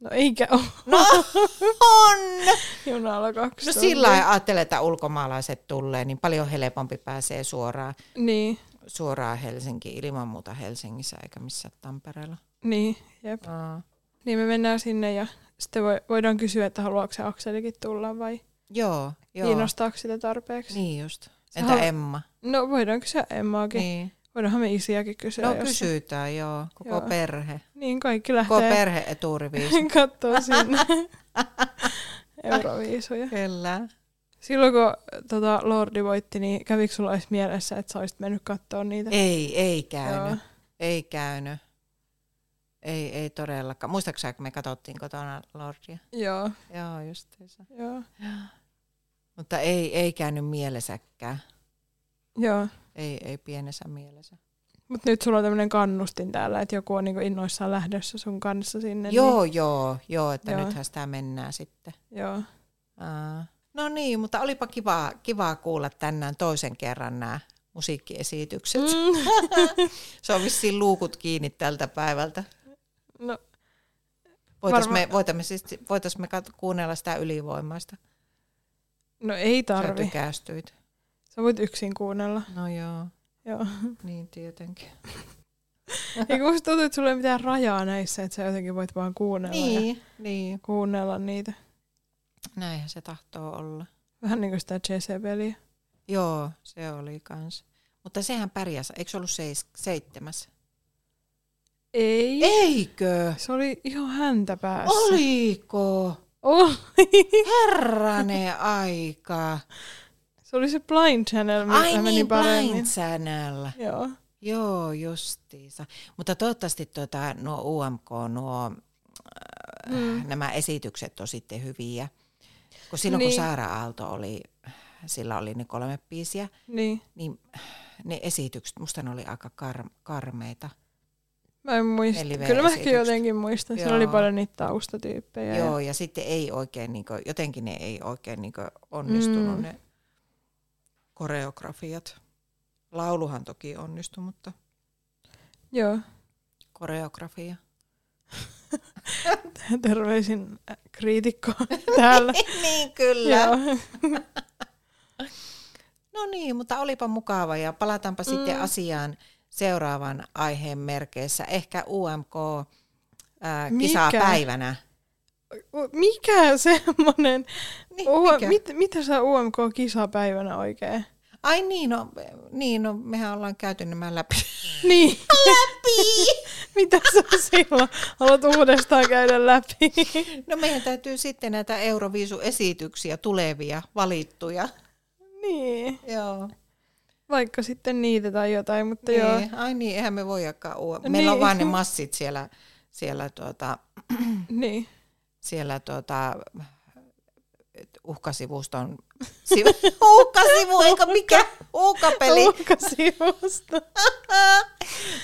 No eikä ole No on! junalla kaksi No tuntia. sillä lailla ajattelee, että ulkomaalaiset tulee, niin paljon helpompi pääsee suoraan, Niin, suoraan Helsinkiin, ilman muuta Helsingissä eikä missään Tampereella. niin, jep. Aa. Niin me mennään sinne ja sitten voi, voidaan kysyä, että haluaako se Akselikin tulla vai Joo, joo. kiinnostaako sitä tarpeeksi. Niin just. Sä Entä haluat- Emma? No voidaan kysyä Emmaakin. Niin. Niin. Voidaanhan me isiäkin kysyä. No jos- kysytään, joo. Koko Joo. perhe. Niin kaikki Koko lähtee perhe eturiviisi. katsoa sinne euroviisuja. Kyllä. Silloin kun tota, Lordi voitti, niin kävikö sulla edes mielessä, että sä olisit mennyt katsoa niitä? Ei, ei Joo. käynyt. Ei käynyt. Ei, ei todellakaan. Muistatko sä, kun me katsottiin kotona Lordia? Joo, Joo, justiinsa. joo. Mutta ei, ei käynyt mielessäkään. joo. Ei, ei pienessä mielessä. Mutta nyt sulla on tämmöinen kannustin täällä, että joku on niinku innoissaan lähdössä sun kanssa sinne. joo, joo, joo, että No niin. Joo. nythän sitä mennään sitten. Niin, joo. Aa. No niin, mutta olipa kivaa, kivaa kuulla tänään toisen kerran nämä musiikkiesitykset. Mm. Mm, Se on vissiin luukut kiinni tältä päivältä. no, Voitaisiin Varmaan- me, voitais me, siis, voitais me kat- kuunnella sitä ylivoimaista. no ei Sä tarvi. tykästyit. Sä voit yksin kuunnella. No joo. Joo. Niin tietenkin. Eikö musta tuntuu, että sulla ei ole mitään rajaa näissä, että sä jotenkin voit vaan kuunnella ja Niin, niin. kuunnella niitä. Näinhän se tahtoo olla. Vähän niin kuin sitä JC-peliä. Joo, se oli kans. Mutta sehän pärjäsi. Eikö se ollut seis, seitsemäs? Ei. Eikö? Se oli ihan häntä päässä. Oliko? Oli. Niin. Herranen aika. Se oli se Blind Channel, mikä Ai meni niin, paremmin. Blind Channel. Joo. Joo, justiinsa. Mutta toivottavasti tuota, nuo UMK, nuo, mm. nämä esitykset on sitten hyviä. Kun silloin niin. Niin. kun Saara Aalto oli, sillä oli ne kolme biisiä, Niin. niin ne esitykset, musta ne oli aika kar- karmeita. Mä en muista. Eli Kyllä mä ehkä V-esitykset. jotenkin muistan. Siellä oli Joo. paljon niitä taustatyyppejä. ja- Joo, ja sitten ei oikein, niin kuin, jotenkin ne ei oikein niin onnistunut Mm. mm. ne koreografiat. Lauluhan toki onnistui, mutta Joo. koreografia. Terveisin äh, kriitikko täällä. niin kyllä. Joo. No niin, mutta olipa mukava ja palataanpa mm. sitten Mm. asiaan seuraavan aiheen merkeissä. Ehkä UMK ää, Mikä? äh, kisapäivänä. U- Mikä semmonen? Niin, U- mikä? mit, mitä sä UMK-kisapäivänä oikein? Ai niin no, niin, no mehän ollaan käyty nämä läpi. Niin. läpi! Mitä sä silloin haluat uudestaan käydä läpi? No meidän täytyy sitten näitä Euroviisu-esityksiä tulevia valittuja. niin. Joo. Vaikka sitten niitä tai jotain, mutta niin. joo. Niin. Ai niin, eihän me voidakaan uua. Meillä on Niin. vaan ne massit siellä, siellä, tuota, Niin. siellä tuota, et uhkasivuston, si- uhkasivu, eikö mikä, uhkapeli, Ulkosivusta.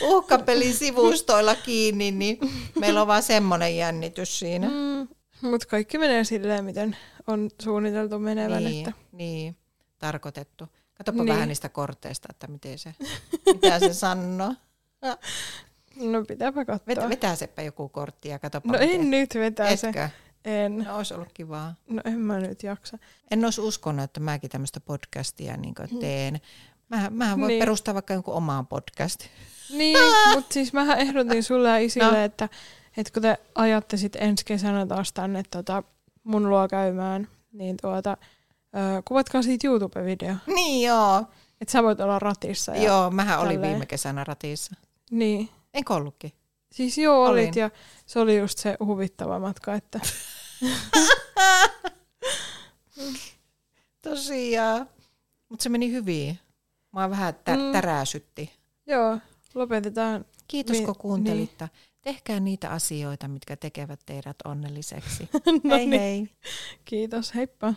uhkapelin sivustoilla kiinni, niin meillä on vaan semmoinen jännitys siinä. Mm, Mutta kaikki menee silleen, miten on suunniteltu menevän. Niin. Niin, Että. niin, tarkoitettu. Katsoppa Niin. vähän niistä korteista, että miten se, mitä se sanoo. No pitääpä Vetä, katsoa. vetäisepä joku kortti ja katsoppa. No miten- en nyt vetä se. Etkö? En. No olisi ollut kivaa. No en mä nyt jaksa. En olisi uskonut, että mäkin tämmöistä podcastia niin teen. Mähän, mähän voin Hmm. Niin. niin. perustaa vaikka jonkun omaan podcastin. Niin, Ah! mutta siis mähän ehdotin sulle ja isille, no. että, että kun te ajatte sitten ensi kesänä taas tänne tota, mun luo käymään, niin tuota, ö, kuvatkaa siitä YouTube-video. Niin joo. Että sä voit olla ratissa. Ja, Ja joo, mähän olin tälleen. viime kesänä ratissa. Niin. Enkö ollutkin? Siis joo, olit Olin. ja se oli just se huvittava matka, että Tosiaan. Mutta se meni hyvin. Mua vähän tä- Mm. mm. täräsytti. joo, lopetetaan. Kiitos Niin, kun kuuntelitte. Tehkää niitä asioita, mitkä tekevät teidät onnelliseksi. No hei niin, hei. kiitos, heippa.